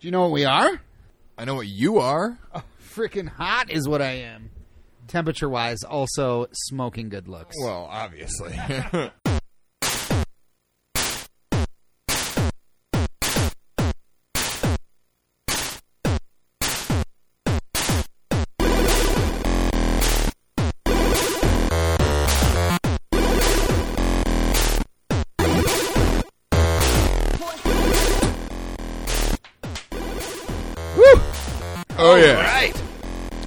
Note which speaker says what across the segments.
Speaker 1: Do you know what we are?
Speaker 2: I know what you are.
Speaker 1: Freaking hot is what I am. Temperature wise, also smoking good looks.
Speaker 2: Well, obviously. oh yeah.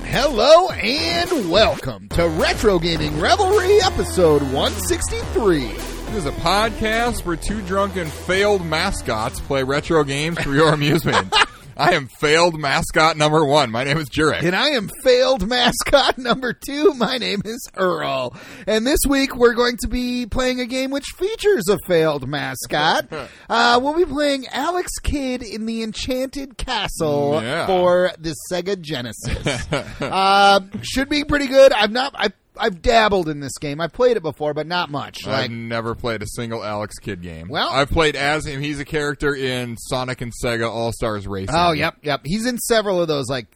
Speaker 1: Hello and welcome to Retro Gaming Revelry episode 163.
Speaker 2: This is a podcast where two drunken failed mascots play retro games for your amusement. I am failed mascot number one. My name is Jurek.
Speaker 1: And I am failed mascot number two. My name is Earl. And this week we're going to be playing a game which features a failed mascot. Uh, we'll be playing Alex Kidd in the Enchanted Castle
Speaker 2: Yeah.
Speaker 1: for the Sega Genesis. uh, should be pretty good. I've not. I, I've dabbled in this game. I've played it before, but not much. Like
Speaker 2: I've never played a single Alex Kidd game.
Speaker 1: Well-
Speaker 2: I've played as him. He's a character in Sonic and Sega All Stars Racing.
Speaker 1: Oh, yep, yep. He's in several of those like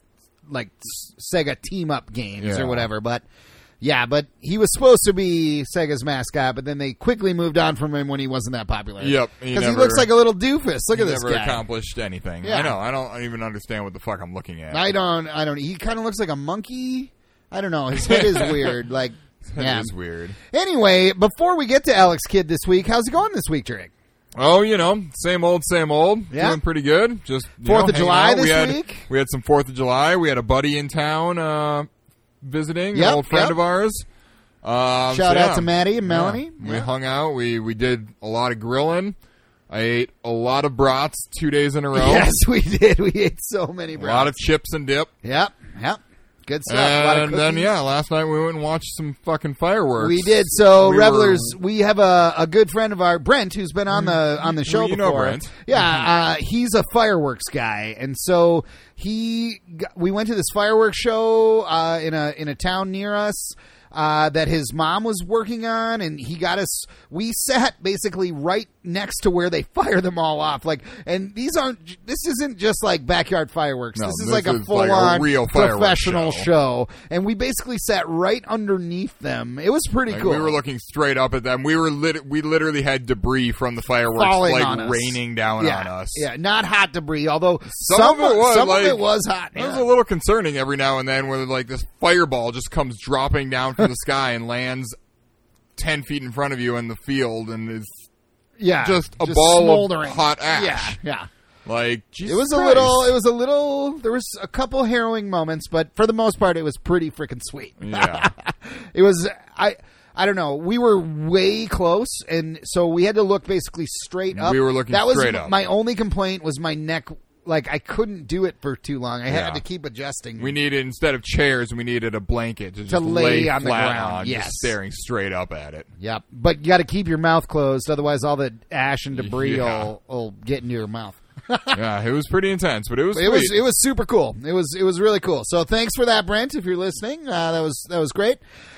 Speaker 1: like s- Sega team up games
Speaker 2: Yeah.
Speaker 1: or whatever, but yeah, but he was supposed to be Sega's mascot, but then they quickly moved on from him when he wasn't that popular.
Speaker 2: Yep, he
Speaker 1: Because he,
Speaker 2: never-
Speaker 1: looks like a little doofus. Look
Speaker 2: He
Speaker 1: at this
Speaker 2: never
Speaker 1: guy.
Speaker 2: accomplished anything.
Speaker 1: Yeah.
Speaker 2: I know. I don't even understand what the fuck I'm looking at.
Speaker 1: I don't I don't he kind of looks like a monkey. I don't know. His head is weird. Like
Speaker 2: That
Speaker 1: yeah.
Speaker 2: is weird.
Speaker 1: Anyway, before we get to Alex Kidd this week, how's it going this week, Drake?
Speaker 2: Oh, you know, same old, same old.
Speaker 1: Yeah.
Speaker 2: Doing pretty good. Just you
Speaker 1: Fourth
Speaker 2: know,
Speaker 1: of July
Speaker 2: hanging out.
Speaker 1: this
Speaker 2: we had,
Speaker 1: week?
Speaker 2: We had some Fourth of July. We had a buddy in town uh, visiting,
Speaker 1: Yep,
Speaker 2: an old friend
Speaker 1: yep.
Speaker 2: of ours. Um,
Speaker 1: Shout
Speaker 2: so,
Speaker 1: out
Speaker 2: yeah.
Speaker 1: to Maddie and
Speaker 2: Yeah.
Speaker 1: Melanie.
Speaker 2: We
Speaker 1: Yeah.
Speaker 2: hung out. We we did a lot of grilling. I ate a lot of brats two days in a row.
Speaker 1: Yes, we did. We ate so many
Speaker 2: A
Speaker 1: brats.
Speaker 2: lot of chips and dip.
Speaker 1: Yep, yep. Good stuff. a lot of
Speaker 2: and then
Speaker 1: cookies.
Speaker 2: yeah, last night we went and watched some fucking fireworks.
Speaker 1: We did. So
Speaker 2: We
Speaker 1: revelers, we have a, a good friend of our Brent who's been on the on the show
Speaker 2: Mm-hmm. you know
Speaker 1: before.
Speaker 2: Brent. Mm-hmm.
Speaker 1: Yeah, uh, he's a fireworks guy, and so he got, we went to this fireworks show uh, in a in a town near us. Uh, that his mom was working on, and he got us. We sat basically right next to where they fire them all off. Like, and these aren't. This isn't just like backyard fireworks.
Speaker 2: No,
Speaker 1: this is
Speaker 2: this
Speaker 1: like a
Speaker 2: is
Speaker 1: full
Speaker 2: like a
Speaker 1: on
Speaker 2: real fireworks
Speaker 1: professional
Speaker 2: show.
Speaker 1: show, and we basically sat right underneath them. It was pretty
Speaker 2: Like,
Speaker 1: cool.
Speaker 2: We were looking straight up at them. We were lit- we literally had debris from the fireworks
Speaker 1: Falling
Speaker 2: like
Speaker 1: on us.
Speaker 2: raining down
Speaker 1: yeah,
Speaker 2: on us.
Speaker 1: Yeah, not hot debris, although some,
Speaker 2: of it was,
Speaker 1: some
Speaker 2: like-
Speaker 1: of it was hot.
Speaker 2: It was
Speaker 1: yeah.
Speaker 2: a little concerning every now and then when like this fireball just comes dropping down from the sky and lands ten feet in front of you in the field and is
Speaker 1: Yeah,
Speaker 2: just a ball of
Speaker 1: smoldering.
Speaker 2: hot ash.
Speaker 1: Yeah, yeah.
Speaker 2: like Jesus
Speaker 1: It was a
Speaker 2: Christ.
Speaker 1: little. It was a little. There was a couple harrowing moments, but for the most part, it was pretty freaking sweet.
Speaker 2: yeah.
Speaker 1: it was I. I don't know. We were way close, and so we had to look basically straight up.
Speaker 2: We were looking
Speaker 1: That was
Speaker 2: straight
Speaker 1: m-
Speaker 2: up.
Speaker 1: my only complaint was my neck. Like I couldn't do it for too long. I
Speaker 2: Yeah.
Speaker 1: had to keep adjusting.
Speaker 2: We needed instead of chairs, we needed a blanket to, just
Speaker 1: lay
Speaker 2: lay,
Speaker 1: on the
Speaker 2: flat
Speaker 1: ground,
Speaker 2: on,
Speaker 1: yes.
Speaker 2: just staring straight up at it.
Speaker 1: Yep. But you got to keep your mouth closed, otherwise all the ash and debris
Speaker 2: Yeah.
Speaker 1: will, will get into your mouth.
Speaker 2: yeah, it was pretty intense, but it was
Speaker 1: It was
Speaker 2: sweet.
Speaker 1: it was super cool. It was it was really cool. So thanks for that, Brent. If you're listening, uh, that was that was great.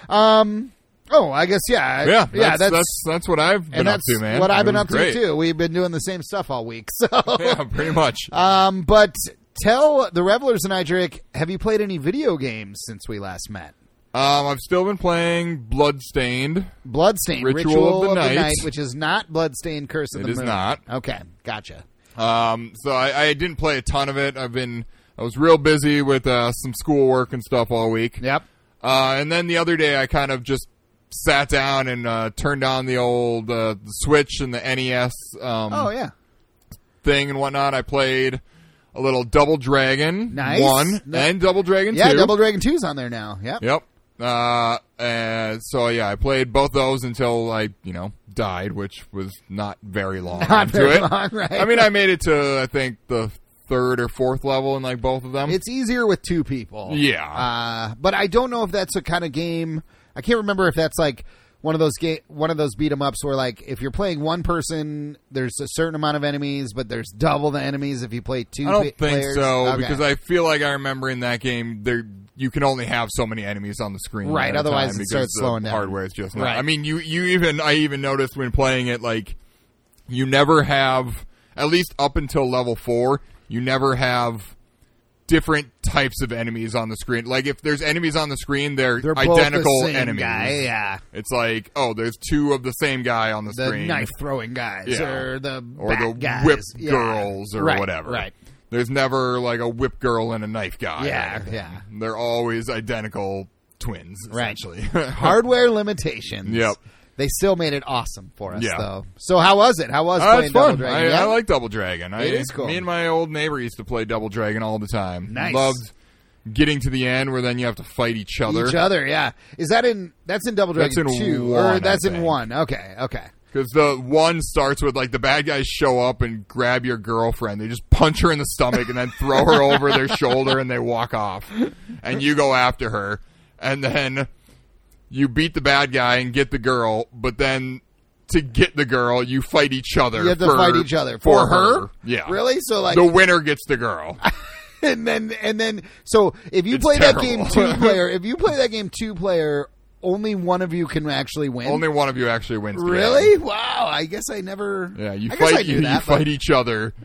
Speaker 1: Um, oh, I guess yeah, I-
Speaker 2: yeah,
Speaker 1: yeah.
Speaker 2: that's, that's that's what I've been
Speaker 1: and
Speaker 2: up
Speaker 1: that's
Speaker 2: to, man.
Speaker 1: what I've
Speaker 2: It
Speaker 1: been
Speaker 2: was
Speaker 1: up
Speaker 2: great.
Speaker 1: to too. We've been doing the same stuff all week. So,
Speaker 2: Yeah, pretty much.
Speaker 1: um, but tell the revelers and Idric, have you played any video games since we last met?
Speaker 2: Um, I've still been playing Bloodstained.
Speaker 1: Bloodstain
Speaker 2: Ritual
Speaker 1: Ritual,
Speaker 2: of the
Speaker 1: of, the, night.
Speaker 2: Night.
Speaker 1: which is not Bloodstain Curse of
Speaker 2: It
Speaker 1: the
Speaker 2: is
Speaker 1: Moon.
Speaker 2: not.
Speaker 1: Okay, gotcha.
Speaker 2: Um, so I, I didn't play a ton of it. I've been I was real busy with uh, some schoolwork and stuff all week.
Speaker 1: Yep.
Speaker 2: Uh, and then the other day, I kind of just sat down and uh, turned on the old uh, the Switch and the NES um,
Speaker 1: Oh yeah.
Speaker 2: thing and whatnot. I played a little Double Dragon
Speaker 1: Nice.
Speaker 2: one
Speaker 1: No-
Speaker 2: and Double Dragon
Speaker 1: Yeah,
Speaker 2: two.
Speaker 1: Double Dragon 2's on there now. Yep.
Speaker 2: yep. Uh, and so yeah, I played both those until I you know died, which was not very long.
Speaker 1: Not
Speaker 2: into
Speaker 1: very
Speaker 2: it.
Speaker 1: long, right.
Speaker 2: I mean, I made it to I think the third or fourth level in like both of them.
Speaker 1: It's easier with two people.
Speaker 2: Yeah.
Speaker 1: Uh, but I don't know if that's a kind of game. I can't remember if that's like one of those ga- one of those beat 'em ups where like if you're playing one person, there's a certain amount of enemies, but there's double the enemies if you play two.
Speaker 2: I don't
Speaker 1: pa-
Speaker 2: think
Speaker 1: players.
Speaker 2: so
Speaker 1: Okay.
Speaker 2: because I feel like I remember in that game there you can only have so many enemies on the screen,
Speaker 1: Right,
Speaker 2: at a
Speaker 1: otherwise
Speaker 2: time
Speaker 1: it
Speaker 2: because
Speaker 1: starts
Speaker 2: the
Speaker 1: slowing down.
Speaker 2: Hardware is just not.
Speaker 1: Right.
Speaker 2: I mean, you you even I even noticed when playing it like you never have at least up until level four. You never have different types of enemies on the screen. Like if there's enemies on the screen, they're,
Speaker 1: They're both
Speaker 2: identical
Speaker 1: the same
Speaker 2: enemies.
Speaker 1: guy. Yeah,
Speaker 2: It's like, oh, there's two of the same guy on the,
Speaker 1: the
Speaker 2: screen.
Speaker 1: knife throwing guys
Speaker 2: Yeah.
Speaker 1: or the
Speaker 2: or the
Speaker 1: bat guys.
Speaker 2: whip
Speaker 1: Yeah.
Speaker 2: girls or
Speaker 1: Right,
Speaker 2: whatever.
Speaker 1: Right.
Speaker 2: There's never like a whip girl and a knife guy. or
Speaker 1: Yeah,
Speaker 2: anything.
Speaker 1: yeah.
Speaker 2: They're always identical twins,
Speaker 1: Right.
Speaker 2: essentially.
Speaker 1: Hardware limitations.
Speaker 2: Yep.
Speaker 1: They still made it awesome for us,
Speaker 2: Yeah.
Speaker 1: though. So how was it? How was
Speaker 2: Uh,
Speaker 1: playing
Speaker 2: it's fun.
Speaker 1: Double
Speaker 2: I,
Speaker 1: Dragon? Yeah?
Speaker 2: I like Double Dragon. I,
Speaker 1: It is cool.
Speaker 2: Me and my old neighbor used to play Double Dragon all the time.
Speaker 1: Nice.
Speaker 2: Loved getting to the end where then you have to fight each other.
Speaker 1: each other. Yeah, is that in? That's in Double Dragon
Speaker 2: That's in
Speaker 1: two,
Speaker 2: one,
Speaker 1: or
Speaker 2: I
Speaker 1: that's in
Speaker 2: think.
Speaker 1: one? Okay, okay.
Speaker 2: Because the one starts with like the bad guys show up and grab your girlfriend. They just punch her in the stomach and then throw her over their shoulder and they walk off. And you go after her. And then you beat the bad guy and get the girl. But then to get the girl, you fight each other.
Speaker 1: You have to
Speaker 2: for-
Speaker 1: fight each other
Speaker 2: for, her. Yeah.
Speaker 1: really. So like,
Speaker 2: The winner gets the girl.
Speaker 1: and then and then so if you
Speaker 2: It's
Speaker 1: play that game
Speaker 2: terrible.
Speaker 1: two player, if you play that game two player, only one of you can actually win.
Speaker 2: Only one of you actually wins. together.
Speaker 1: really? Wow! I guess I never.
Speaker 2: Yeah, you
Speaker 1: I guess I
Speaker 2: fight
Speaker 1: knew
Speaker 2: you, you
Speaker 1: that, but-
Speaker 2: fight each other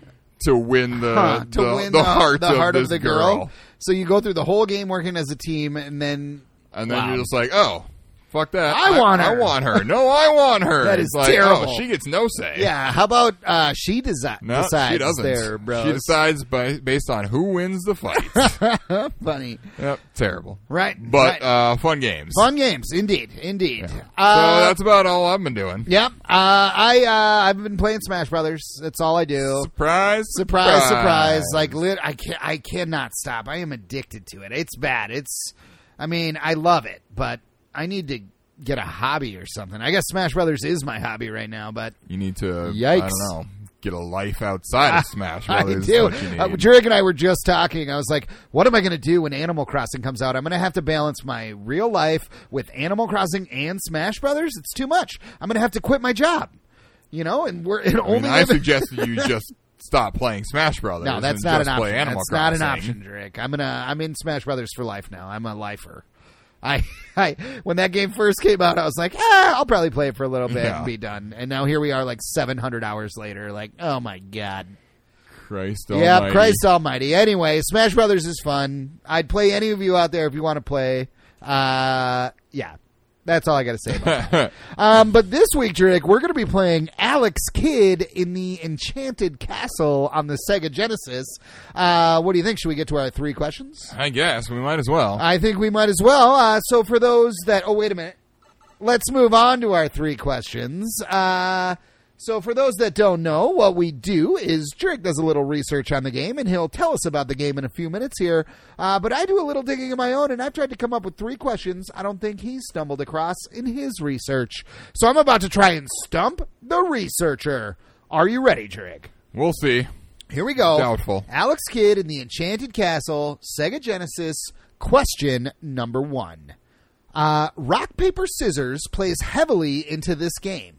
Speaker 2: to win the
Speaker 1: Huh, to
Speaker 2: the,
Speaker 1: win
Speaker 2: the heart,
Speaker 1: the heart
Speaker 2: of,
Speaker 1: of,
Speaker 2: this
Speaker 1: the girl. So you go through the whole game working as a team, and then
Speaker 2: And then
Speaker 1: Wow.
Speaker 2: you're just like, oh, fuck that.
Speaker 1: I want
Speaker 2: I
Speaker 1: her.
Speaker 2: want her. No, I want her.
Speaker 1: That is
Speaker 2: It's like,
Speaker 1: terrible.
Speaker 2: Oh, she gets no say.
Speaker 1: yeah. How about uh, she desi-
Speaker 2: No,
Speaker 1: decides?
Speaker 2: she doesn't.
Speaker 1: There, bro.
Speaker 2: She decides by, based on who wins the fight.
Speaker 1: funny,
Speaker 2: yep, terrible.
Speaker 1: right?
Speaker 2: But
Speaker 1: right.
Speaker 2: uh, fun games.
Speaker 1: fun games, indeed, indeed.
Speaker 2: so
Speaker 1: Uh,
Speaker 2: that's about all I've been doing.
Speaker 1: Yep. Uh, I uh, I've been playing Smash Brothers. That's all I do.
Speaker 2: Surprise!
Speaker 1: Surprise, surprise! Like lit, I can I cannot stop. I am addicted to it. It's bad. It's, I mean, I love it, but I need to get a hobby or something. I guess Smash Brothers is my hobby right now, but
Speaker 2: You need to. I
Speaker 1: Yikes.
Speaker 2: don't know. Get a life outside of Smash
Speaker 1: I
Speaker 2: Brothers.
Speaker 1: do.
Speaker 2: What you need.
Speaker 1: Uh, Jurek and I were just talking. I was like, "What am I going to do when Animal Crossing comes out? I'm going to have to balance my real life with Animal Crossing and Smash Brothers. It's too much. I'm going to have to quit my job, you know." And we're it
Speaker 2: I, mean,
Speaker 1: only
Speaker 2: I
Speaker 1: live-
Speaker 2: suggested you just stop playing Smash Brothers.
Speaker 1: No,
Speaker 2: and
Speaker 1: that's not
Speaker 2: just
Speaker 1: an option.
Speaker 2: Play Animal
Speaker 1: that's not an
Speaker 2: Crossing.
Speaker 1: option, Drake. I'm gonna I'm in Smash Brothers for life now. I'm a lifer. I, I when that game first came out, I was like, ah, I'll probably play it for a little bit
Speaker 2: Yeah.
Speaker 1: and be done. And now here we are, like 700 hours later. Like, oh my god.
Speaker 2: Christ
Speaker 1: yeah,
Speaker 2: almighty.
Speaker 1: Christ Almighty. Anyway, Smash Brothers is fun. I'd play any of you out there if you want to play. Uh, yeah, that's all I got to say. about it. Um, but this week, Drake, we're going to be playing Alex Kidd in the Enchanted Castle on the Sega Genesis. Uh, what do you think? Should we get to our three questions?
Speaker 2: I guess we might as well.
Speaker 1: I think we might as well. Uh, so for those that, oh wait a minute, let's move on to our three questions. Uh, so for those that don't know, what we do is Drake does a little research on the game, and he'll tell us about the game in a few minutes here. Uh, but I do a little digging of my own, and I've tried to come up with three questions I don't think he stumbled across in his research. So I'm about to try and stump the researcher. Are you ready, Drake?
Speaker 2: we'll see.
Speaker 1: Here we go.
Speaker 2: Doubtful.
Speaker 1: Alex Kidd in the Enchanted Castle, Sega Genesis. Question number one. Uh, rock paper scissors plays heavily into this game.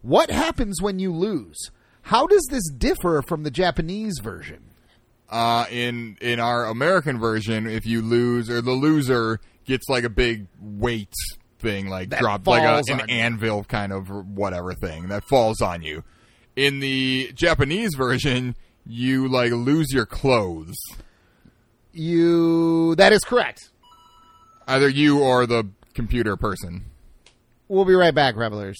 Speaker 1: What happens when you lose? How does this differ from the Japanese version?
Speaker 2: Uh, in in our American version, if you lose or the loser gets like a big weight thing, like
Speaker 1: That
Speaker 2: dropped like a,
Speaker 1: falls
Speaker 2: an
Speaker 1: on you.
Speaker 2: anvil kind of or whatever thing that falls on you. In the Japanese version, you like lose your clothes.
Speaker 1: You that is correct.
Speaker 2: Either you or the computer person.
Speaker 1: We'll be right back, revelers.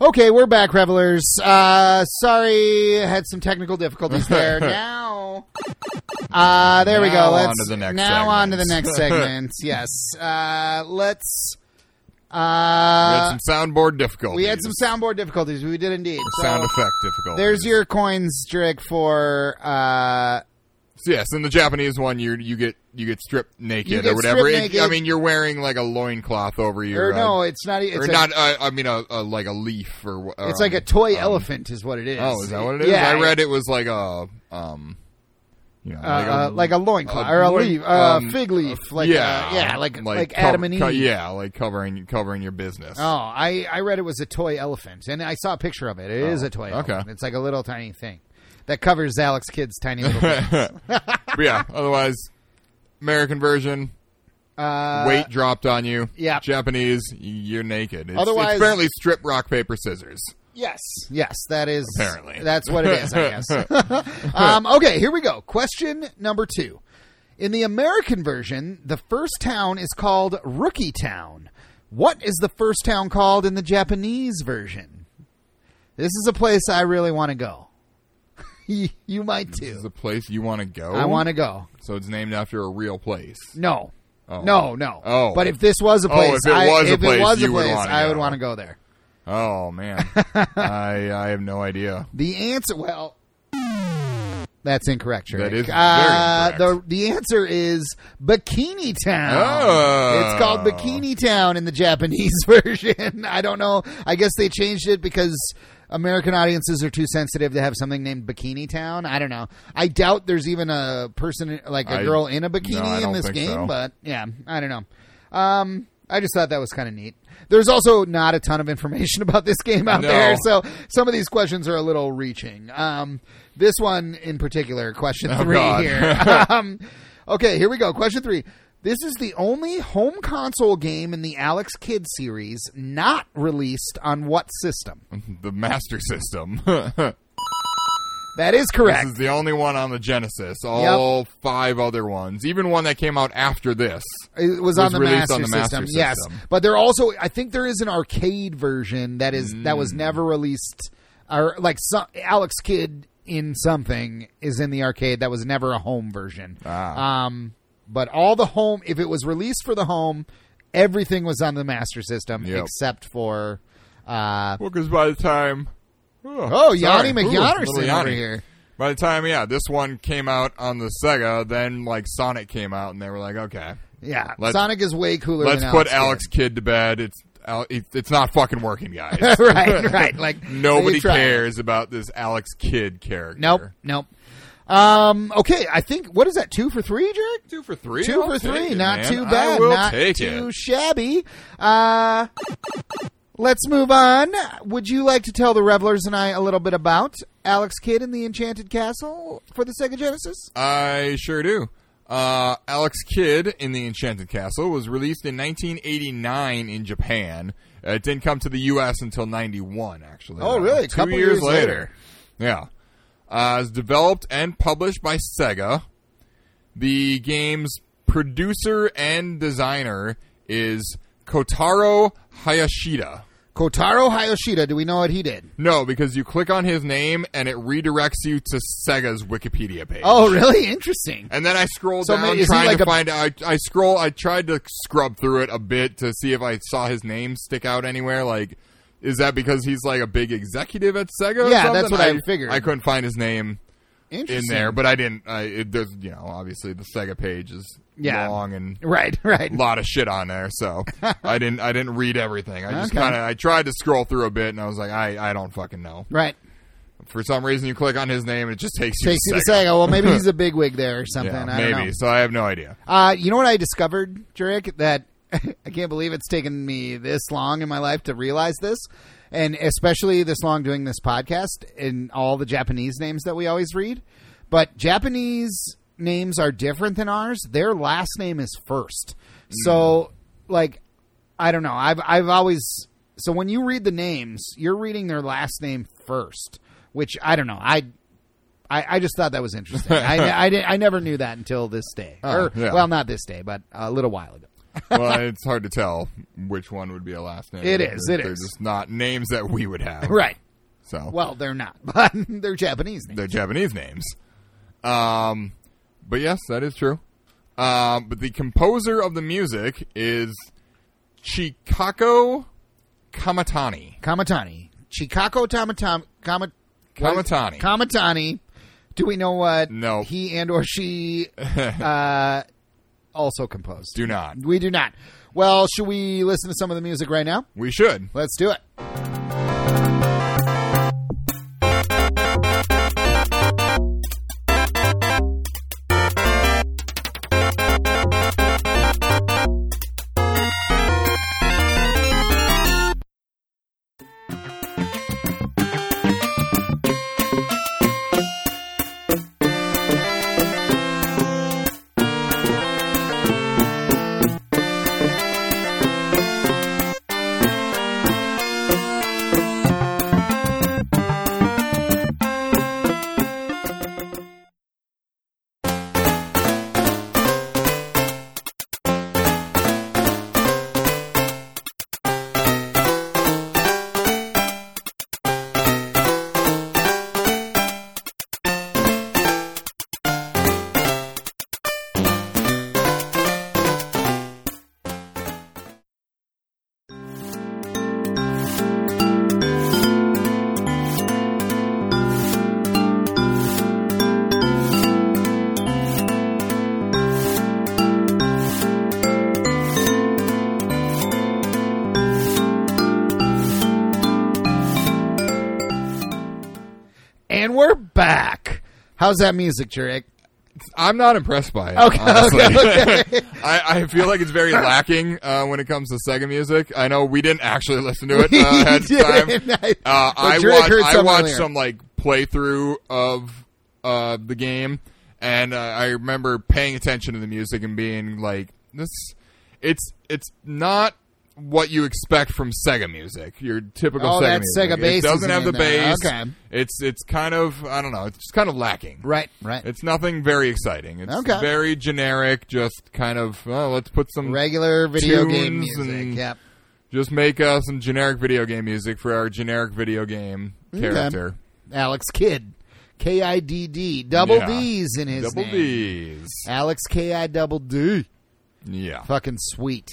Speaker 1: Okay, we're back, revelers. Uh, sorry, had some technical difficulties there. now, uh, there we
Speaker 2: Now
Speaker 1: go. Let's
Speaker 2: on to the next
Speaker 1: now on to the
Speaker 2: segment.
Speaker 1: next segment. yes, uh, let's.
Speaker 2: We
Speaker 1: Uh,
Speaker 2: had some soundboard difficulties.
Speaker 1: we had some soundboard difficulties. We did indeed. So
Speaker 2: sound effect difficulties.
Speaker 1: there's your coins, Drake, for uh,
Speaker 2: Yes, in the Japanese one, you you get you get stripped naked
Speaker 1: You get
Speaker 2: or whatever.
Speaker 1: stripped
Speaker 2: It- I
Speaker 1: naked.
Speaker 2: mean, you're wearing like a loincloth over your
Speaker 1: or no,
Speaker 2: uh,
Speaker 1: it's not. e, It's
Speaker 2: or
Speaker 1: a,
Speaker 2: not. Uh, I mean, a, a like a leaf or wha-
Speaker 1: It's
Speaker 2: um,
Speaker 1: like a toy
Speaker 2: um,
Speaker 1: elephant, is what it is.
Speaker 2: Oh, is that what it is?
Speaker 1: Yeah,
Speaker 2: I read it was like a um, you know,
Speaker 1: uh, uh, like a loincloth
Speaker 2: a
Speaker 1: or a
Speaker 2: loin-
Speaker 1: leaf, uh,
Speaker 2: um,
Speaker 1: fig leaf, like
Speaker 2: yeah,
Speaker 1: uh, yeah, like like,
Speaker 2: cov-
Speaker 1: Adam and Eve.
Speaker 2: co- yeah, like covering covering your business.
Speaker 1: Oh, I I read it was a toy elephant, and I saw a picture of it. It is a toy
Speaker 2: Oh, okay.
Speaker 1: elephant. It's like a little tiny thing that covers Alex Kidd's tiny little. bit.
Speaker 2: But yeah. Otherwise, American version
Speaker 1: Uh,
Speaker 2: weight dropped on you.
Speaker 1: yeah.
Speaker 2: Japanese, you're naked. It's,
Speaker 1: Otherwise-
Speaker 2: it's apparently strip rock paper scissors.
Speaker 1: Yes, yes, that is
Speaker 2: Apparently.
Speaker 1: that's what it is. I guess. um, okay, here we go. Question number two. In the American version, the first town is called Rookie Town. What is the first town called in the Japanese version? This is a place I really want to go. you might
Speaker 2: This is
Speaker 1: too.
Speaker 2: the place you want to go.
Speaker 1: I want to go.
Speaker 2: So it's named after a real place.
Speaker 1: No.
Speaker 2: Oh.
Speaker 1: No, no.
Speaker 2: Oh.
Speaker 1: But if this was a
Speaker 2: Oh,
Speaker 1: place,
Speaker 2: if it
Speaker 1: I-
Speaker 2: was a
Speaker 1: if it
Speaker 2: place,
Speaker 1: was a
Speaker 2: you would
Speaker 1: place,
Speaker 2: wanna
Speaker 1: I would
Speaker 2: go.
Speaker 1: want to go there.
Speaker 2: Oh man, I I have no idea.
Speaker 1: The answer, well, that's incorrect. Sure,
Speaker 2: That is
Speaker 1: uh,
Speaker 2: very incorrect.
Speaker 1: the the answer is Bikini Town.
Speaker 2: Oh.
Speaker 1: It's called Bikini Town in the Japanese version. I don't know. I guess they changed it because American audiences are too sensitive to have something named Bikini Town. I don't know. I doubt there's even a person like a
Speaker 2: I-
Speaker 1: girl in a
Speaker 2: no, I
Speaker 1: bikini in
Speaker 2: don't
Speaker 1: this
Speaker 2: think
Speaker 1: game,
Speaker 2: so.
Speaker 1: but yeah, I don't know. Um, I just thought that was kind of neat. There's also not a ton of information about this game out
Speaker 2: No.
Speaker 1: there, so some of these questions are a little reaching. Um, this one in particular, question
Speaker 2: Oh,
Speaker 1: three
Speaker 2: God.
Speaker 1: here. um, okay, here we go. Question three. This is the only home console game in the Alex Kidd series not released on what system?
Speaker 2: The Master System. this
Speaker 1: That is correct.
Speaker 2: is the only one on the Genesis. All five other ones, even one that came out after this.
Speaker 1: It was, on, the
Speaker 2: released
Speaker 1: master
Speaker 2: on the Master
Speaker 1: system. Yes,
Speaker 2: System.
Speaker 1: but there also I think there is an arcade version that is that
Speaker 2: Mm.
Speaker 1: was never released, or like some, Alex Kidd in something is in the arcade that was never a home version.
Speaker 2: Ah.
Speaker 1: Um, but all the home, if it was released for the home, everything was on the master system
Speaker 2: Yep.
Speaker 1: except for. Uh,
Speaker 2: Well, because by the time
Speaker 1: oh,
Speaker 2: sorry.
Speaker 1: Yanni
Speaker 2: Ooh, little
Speaker 1: McYonnerson over
Speaker 2: Yanni.
Speaker 1: here.
Speaker 2: By the time, yeah, this one came out on the Sega, then like Sonic came out, and they were like, okay,
Speaker 1: Yeah,
Speaker 2: Let's-
Speaker 1: Sonic is way cooler.
Speaker 2: let's
Speaker 1: than
Speaker 2: put
Speaker 1: Alex
Speaker 2: Alex Kidd
Speaker 1: Kidd.
Speaker 2: to bed. It's Al- it's it's not fucking working, guys.
Speaker 1: right, right. Like
Speaker 2: Nobody
Speaker 1: they tried.
Speaker 2: cares about this Alex Kidd character.
Speaker 1: Nope, nope. Um, okay, I think what is that? Two for three, Jarek?
Speaker 2: Two for 3
Speaker 1: Two
Speaker 2: I'll
Speaker 1: for
Speaker 2: take
Speaker 1: three,
Speaker 2: it,
Speaker 1: not
Speaker 2: man.
Speaker 1: too
Speaker 2: I
Speaker 1: bad,
Speaker 2: will
Speaker 1: not
Speaker 2: take
Speaker 1: too
Speaker 2: it.
Speaker 1: shabby. Uh, let's move on. Would you like to tell the revelers and I a little bit about Alex Kidd in the Enchanted Castle for the Sega Genesis?
Speaker 2: I sure do. Uh, Alex Kidd in the Enchanted Castle was released in 1989 in Japan. Uh, it didn't come to the U.S. until 91, actually.
Speaker 1: Oh, really? A
Speaker 2: Two
Speaker 1: couple years
Speaker 2: years,
Speaker 1: later.
Speaker 2: later. Yeah. Uh, it was developed and published by Sega. The game's producer and designer is Kotaro Hayashida.
Speaker 1: Kotaro Hayashida. Do we know what he did?
Speaker 2: No, because you click on his name and it redirects you to Sega's Wikipedia page.
Speaker 1: Oh, really? Interesting.
Speaker 2: And then I scrolled
Speaker 1: So
Speaker 2: down
Speaker 1: ma- is he
Speaker 2: trying
Speaker 1: like
Speaker 2: to
Speaker 1: a-
Speaker 2: find out. I, I scroll. I tried to scrub through it a bit to see if I saw his name stick out anywhere. Like, is that because he's like a big executive at Sega? or
Speaker 1: Yeah, that's
Speaker 2: something?
Speaker 1: what I figured.
Speaker 2: I couldn't find his name in
Speaker 1: Interesting.
Speaker 2: there, but I didn't. I, it, there's you know obviously the Sega page is
Speaker 1: Yeah.
Speaker 2: long and
Speaker 1: Right, right.
Speaker 2: a lot of shit on there, so I didn't. I didn't read everything. I just
Speaker 1: Okay.
Speaker 2: kind of. I tried to scroll through a bit, and I was like, I I don't fucking know.
Speaker 1: Right.
Speaker 2: For some reason, you click on his name, and it just takes you
Speaker 1: Takes you
Speaker 2: to
Speaker 1: to
Speaker 2: Sega.
Speaker 1: Sega. Well, maybe he's a bigwig there or something.
Speaker 2: Yeah,
Speaker 1: I don't
Speaker 2: maybe.
Speaker 1: know.
Speaker 2: So I have no idea.
Speaker 1: Uh, you know what I discovered, Jurek? That I can't believe it's taken me this long in my life to realize this, and especially this long doing this podcast and all the Japanese names that we always read. But Japanese names are different than ours. Their last name is first. So, like, I don't know. I've I've always so when you read the names, you're reading their last name first, which I don't know. I I, I just thought that was interesting. I, I, didn't- I never knew that until this day.
Speaker 2: Oh,
Speaker 1: Or,
Speaker 2: yeah.
Speaker 1: Well, not this day, but a little while ago.
Speaker 2: well, it's hard to tell which one would be a last name.
Speaker 1: It
Speaker 2: They're-
Speaker 1: is, it
Speaker 2: they're
Speaker 1: is.
Speaker 2: just not names that we would have.
Speaker 1: Right.
Speaker 2: So
Speaker 1: Well, they're not, but they're Japanese names.
Speaker 2: they're Japanese names. Um, but yes, that is true. Um, but the composer of the music is Chikako Kamatani.
Speaker 1: Kamatani. Chikako Tamatam, Kama,
Speaker 2: Kamatani.
Speaker 1: Kamatani. Do we know what
Speaker 2: No.
Speaker 1: he and or she uh, also composed?
Speaker 2: Do not.
Speaker 1: We do not. Well, should we listen to some of the music right now?
Speaker 2: We should.
Speaker 1: Let's do it. How's that music, Jurek?
Speaker 2: I'm not impressed by it.
Speaker 1: Okay,
Speaker 2: honestly.
Speaker 1: okay, okay.
Speaker 2: I, I feel like it's very lacking uh, when it comes to Sega music. I know we didn't actually listen to it uh, ahead of time.
Speaker 1: I,
Speaker 2: Uh, I
Speaker 1: Drake
Speaker 2: watched,
Speaker 1: heard
Speaker 2: I
Speaker 1: some
Speaker 2: watched
Speaker 1: earlier.
Speaker 2: some like playthrough of uh, the game, and uh, I remember paying attention to the music and being like, "This, it's it's not." What you expect from Sega music, your typical Sega
Speaker 1: Oh, that
Speaker 2: music.
Speaker 1: Sega bass
Speaker 2: It doesn't
Speaker 1: isn't
Speaker 2: have the
Speaker 1: in there.
Speaker 2: bass.
Speaker 1: Okay.
Speaker 2: It's it's kind of I don't know. It's just kind of lacking.
Speaker 1: right, right.
Speaker 2: It's nothing very exciting. It's
Speaker 1: Okay.
Speaker 2: very generic. Just kind of oh, let's put some
Speaker 1: Regular video game
Speaker 2: tunes
Speaker 1: music.
Speaker 2: and-
Speaker 1: yep.
Speaker 2: just make uh, some generic video game music for our generic video game character.
Speaker 1: Alex Kidd. K I D D. Double
Speaker 2: Yeah.
Speaker 1: D's in his
Speaker 2: Double
Speaker 1: name.
Speaker 2: D's.
Speaker 1: Alex K I double D.
Speaker 2: Yeah.
Speaker 1: Fucking sweet.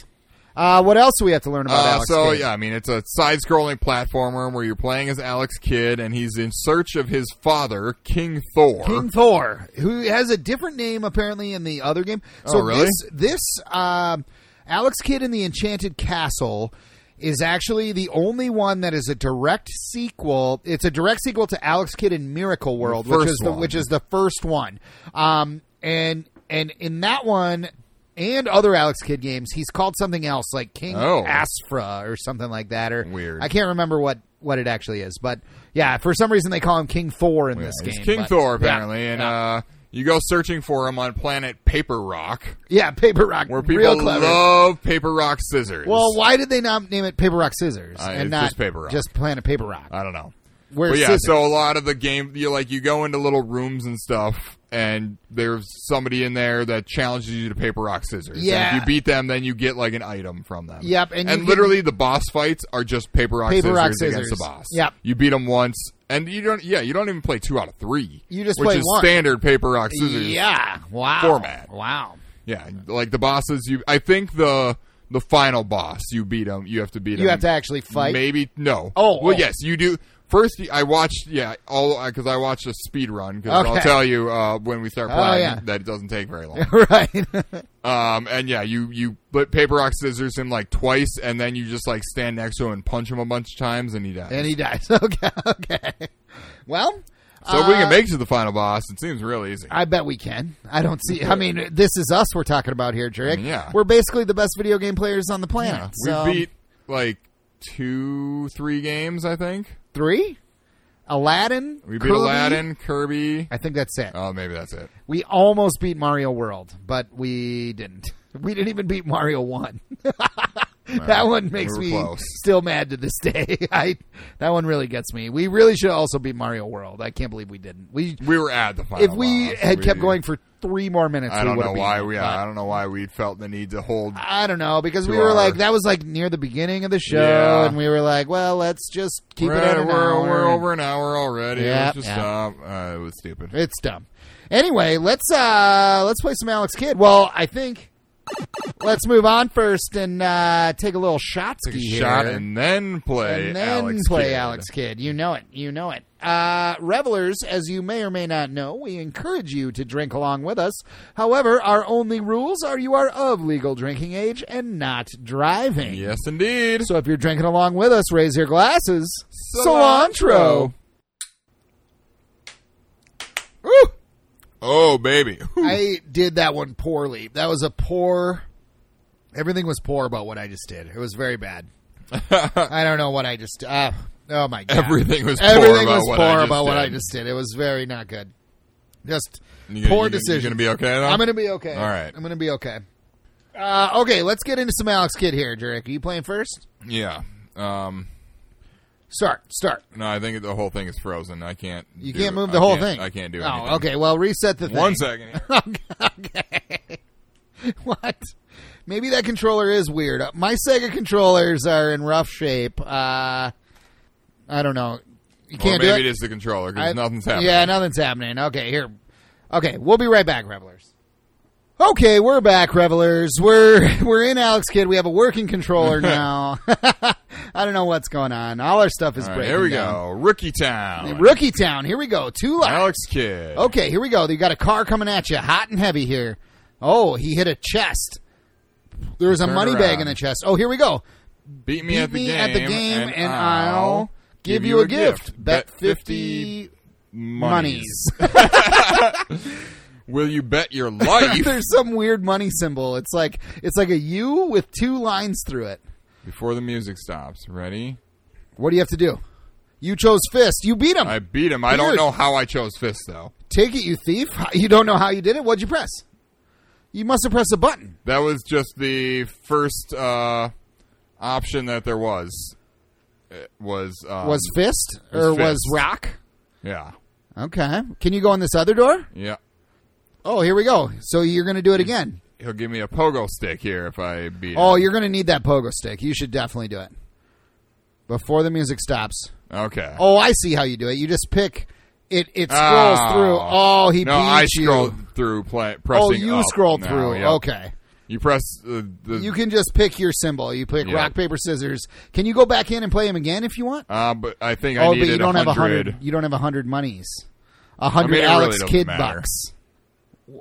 Speaker 1: Uh, what else do we have to learn about
Speaker 2: Uh,
Speaker 1: Alex
Speaker 2: so
Speaker 1: Kidd?
Speaker 2: yeah, I mean it's a side-scrolling platformer where you're playing as Alex Kidd and he's in search of his father, King Thor.
Speaker 1: King Thor, who has a different name apparently in the other game. So
Speaker 2: Oh, really?
Speaker 1: this this um, Alex Kidd in the Enchanted Castle is actually the only one that is a direct sequel. It's a direct sequel to Alex Kidd in Miracle World,
Speaker 2: The
Speaker 1: which
Speaker 2: first
Speaker 1: is the
Speaker 2: one.
Speaker 1: which is the first one. Um, and and in that one and other Alex Kidd games, he's called something else like King
Speaker 2: Oh.
Speaker 1: Asphra or something like that. Or
Speaker 2: Weird.
Speaker 1: I can't remember what. What it actually is, but yeah, for some reason they call him King Thor in this
Speaker 2: He's
Speaker 1: game.
Speaker 2: King
Speaker 1: but-
Speaker 2: Thor
Speaker 1: Yeah.
Speaker 2: apparently, and uh, you go searching for him on planet Paper Rock,
Speaker 1: Yeah, paper rock.
Speaker 2: where people
Speaker 1: real clever.
Speaker 2: love Paper Rock scissors.
Speaker 1: well, why did they not name it paper rock scissors
Speaker 2: Uh,
Speaker 1: and
Speaker 2: it's
Speaker 1: not
Speaker 2: just Paper Rock.
Speaker 1: just Planet Paper Rock?
Speaker 2: I don't know.
Speaker 1: Where's
Speaker 2: But yeah,
Speaker 1: scissors?
Speaker 2: so a lot of the game, you like you go into little rooms and stuff, and there's somebody in there that challenges you to paper rock scissors. And
Speaker 1: Yeah.
Speaker 2: if you beat them, then you get like an item from them.
Speaker 1: Yep, and you get-
Speaker 2: literally the boss fights are just paper rock,
Speaker 1: Paper,
Speaker 2: scissors,
Speaker 1: rock,
Speaker 2: against the
Speaker 1: scissors.
Speaker 2: boss.
Speaker 1: Yep.
Speaker 2: you beat them once, and you don't. Yeah, you don't even play two out of three.
Speaker 1: You just
Speaker 2: which
Speaker 1: play
Speaker 2: is
Speaker 1: one.
Speaker 2: standard paper rock scissors.
Speaker 1: yeah, wow.
Speaker 2: format.
Speaker 1: Wow.
Speaker 2: yeah, like the bosses. You, I think the the final boss, you beat him. You have to beat him.
Speaker 1: You have to actually fight.
Speaker 2: Maybe no.
Speaker 1: Oh,
Speaker 2: well,
Speaker 1: oh.
Speaker 2: yes, you do. First, I watched yeah, all because I watched a speed run because I'll
Speaker 1: Okay.
Speaker 2: tell you uh, when we start
Speaker 1: Oh,
Speaker 2: playing
Speaker 1: yeah.
Speaker 2: that it doesn't take very long.
Speaker 1: right.
Speaker 2: um, and yeah, you you put paper rock scissors him like twice, and then you just like stand next to him and punch him a bunch of times, and he dies.
Speaker 1: and he dies. Okay. Okay. Well.
Speaker 2: so if we
Speaker 1: uh,
Speaker 2: can make it to the final boss. It seems real easy.
Speaker 1: I bet we can. I don't see. I mean, this is us we're talking about here, Drake.
Speaker 2: Mm, Yeah.
Speaker 1: We're basically the best video game players on the planet.
Speaker 2: we
Speaker 1: so- um,
Speaker 2: beat like two, three games, I think.
Speaker 1: three. Aladdin.
Speaker 2: We beat
Speaker 1: Kirby.
Speaker 2: Aladdin, Kirby.
Speaker 1: I think that's it.
Speaker 2: Oh, maybe that's it.
Speaker 1: We almost beat Mario World, but we didn't. We didn't even beat Mario One. that one makes
Speaker 2: were
Speaker 1: me
Speaker 2: close.
Speaker 1: still mad to this day. I that one really gets me. We really should also beat Mario World. I can't believe we didn't. We
Speaker 2: We were at the final.
Speaker 1: if we
Speaker 2: boss.
Speaker 1: had kept
Speaker 2: We-
Speaker 1: going for three more minutes,
Speaker 2: I
Speaker 1: we
Speaker 2: don't
Speaker 1: would've
Speaker 2: know
Speaker 1: beaten
Speaker 2: why
Speaker 1: it,
Speaker 2: we. uh,
Speaker 1: but-
Speaker 2: I don't know why we felt the need to hold.
Speaker 1: I don't know because we
Speaker 2: To
Speaker 1: were
Speaker 2: our-
Speaker 1: like that was like near the beginning of the show,
Speaker 2: Yeah.
Speaker 1: and we were like, well, let's just keep
Speaker 2: we're,
Speaker 1: it at an
Speaker 2: we're-
Speaker 1: hour.
Speaker 2: we're over an hour already.
Speaker 1: Yeah,
Speaker 2: Let's just
Speaker 1: yeah.
Speaker 2: stop. Uh, it was stupid.
Speaker 1: It's dumb. Anyway, let's uh let's play some Alex Kidd. Well, I think let's move on first and uh take a little shotsky
Speaker 2: Take a
Speaker 1: here.
Speaker 2: shot and then play.
Speaker 1: and then
Speaker 2: Alex
Speaker 1: play
Speaker 2: Kidd.
Speaker 1: Alex Kidd. You know it. You know it. Uh, revelers, as you may or may not know, we encourage you to drink along with us. However, our only rules are you are of legal drinking age and not driving.
Speaker 2: Yes, indeed.
Speaker 1: So if you're drinking along with us, raise your glasses.
Speaker 2: Cilantro.
Speaker 1: Woo!
Speaker 2: Oh baby.
Speaker 1: I did that one poorly. That was a poor. Everything was poor about what I just did. It was very bad. I don't know what I just. Uh, oh my god!
Speaker 2: Everything was poor
Speaker 1: Everything
Speaker 2: about
Speaker 1: was
Speaker 2: what
Speaker 1: poor
Speaker 2: I just
Speaker 1: about what
Speaker 2: did.
Speaker 1: I just did. It was very not good. Just
Speaker 2: You gonna-
Speaker 1: poor
Speaker 2: you gonna-
Speaker 1: decision.
Speaker 2: You gonna be okay? Though?
Speaker 1: I'm gonna be okay.
Speaker 2: All right.
Speaker 1: I'm gonna be okay. Uh, okay, let's get into some Alex Kidd here, Derek. Are you playing first?
Speaker 2: Yeah. Um.
Speaker 1: Start. Start.
Speaker 2: No, I think the whole thing is frozen. I can't.
Speaker 1: You
Speaker 2: do-
Speaker 1: can't move
Speaker 2: I
Speaker 1: the whole
Speaker 2: can't-
Speaker 1: thing.
Speaker 2: I can't do
Speaker 1: Oh,
Speaker 2: anything.
Speaker 1: okay. Well, reset the thing.
Speaker 2: One second. here.
Speaker 1: what? Maybe that controller is weird. My Sega controllers are in rough shape. Uh, I don't know. You
Speaker 2: Or
Speaker 1: can't
Speaker 2: maybe
Speaker 1: do
Speaker 2: it
Speaker 1: it.
Speaker 2: is the controller
Speaker 1: I-
Speaker 2: because nothing's happening.
Speaker 1: Yeah, nothing's happening. Okay, here. Okay, we'll be right back, revelers. Okay, we're back, revelers. We're we're in Alex Kid. We have a working controller now. I don't know what's going on. All our stuff is
Speaker 2: All right,
Speaker 1: breaking.
Speaker 2: here we
Speaker 1: down.
Speaker 2: go. Rookie Town.
Speaker 1: Rookie Town. Here we go. Two lives.
Speaker 2: Alex Kidd.
Speaker 1: Okay, here we go. You got a car coming at you, hot and heavy here. Oh, he hit a chest. There was a
Speaker 2: Turn
Speaker 1: money bag
Speaker 2: around.
Speaker 1: in the chest. Oh, here we go.
Speaker 2: Beat me,
Speaker 1: Beat
Speaker 2: at, the
Speaker 1: me
Speaker 2: game,
Speaker 1: at the game, and, I'll give you a gift. Bet fifty monies.
Speaker 2: Will you bet your life
Speaker 1: There's some weird money symbol. It's like it's like a U with two lines through it.
Speaker 2: before the music stops? Ready?
Speaker 1: What do you have to do? You chose fist. You beat him.
Speaker 2: I beat him. I don't
Speaker 1: Weird.
Speaker 2: know how I chose fist though.
Speaker 1: Take it, you thief. You don't know how you did it. What'd you press? You must have pressed a button.
Speaker 2: That was just the first uh, option that there was. It was um,
Speaker 1: Was fist
Speaker 2: was
Speaker 1: or was
Speaker 2: fist.
Speaker 1: rock?
Speaker 2: yeah
Speaker 1: Okay. Can you go on this other door?
Speaker 2: yeah.
Speaker 1: Oh, here we go. So you're going to do it again.
Speaker 2: He'll give me a pogo stick here if I beat.
Speaker 1: Oh,
Speaker 2: him.
Speaker 1: you're going to need that pogo stick. You should definitely do it. Before the music stops.
Speaker 2: okay.
Speaker 1: Oh, I see how you do it. You just pick it it scrolls
Speaker 2: Oh.
Speaker 1: through. Oh, he
Speaker 2: no,
Speaker 1: beat
Speaker 2: I
Speaker 1: you.
Speaker 2: scroll through play, pressing.
Speaker 1: oh, you
Speaker 2: up
Speaker 1: scroll
Speaker 2: now,
Speaker 1: through.
Speaker 2: yeah.
Speaker 1: Okay.
Speaker 2: You press the. the
Speaker 1: You can just pick your symbol. You pick
Speaker 2: Yeah.
Speaker 1: rock, paper, scissors. Can you go back in and play him again if you want?
Speaker 2: uh, but I think I
Speaker 1: oh,
Speaker 2: needed
Speaker 1: but you don't have a
Speaker 2: 100.
Speaker 1: hundred. You don't have a hundred monies. A hundred
Speaker 2: it really
Speaker 1: Alex
Speaker 2: doesn't
Speaker 1: Kid
Speaker 2: matter.
Speaker 1: bucks.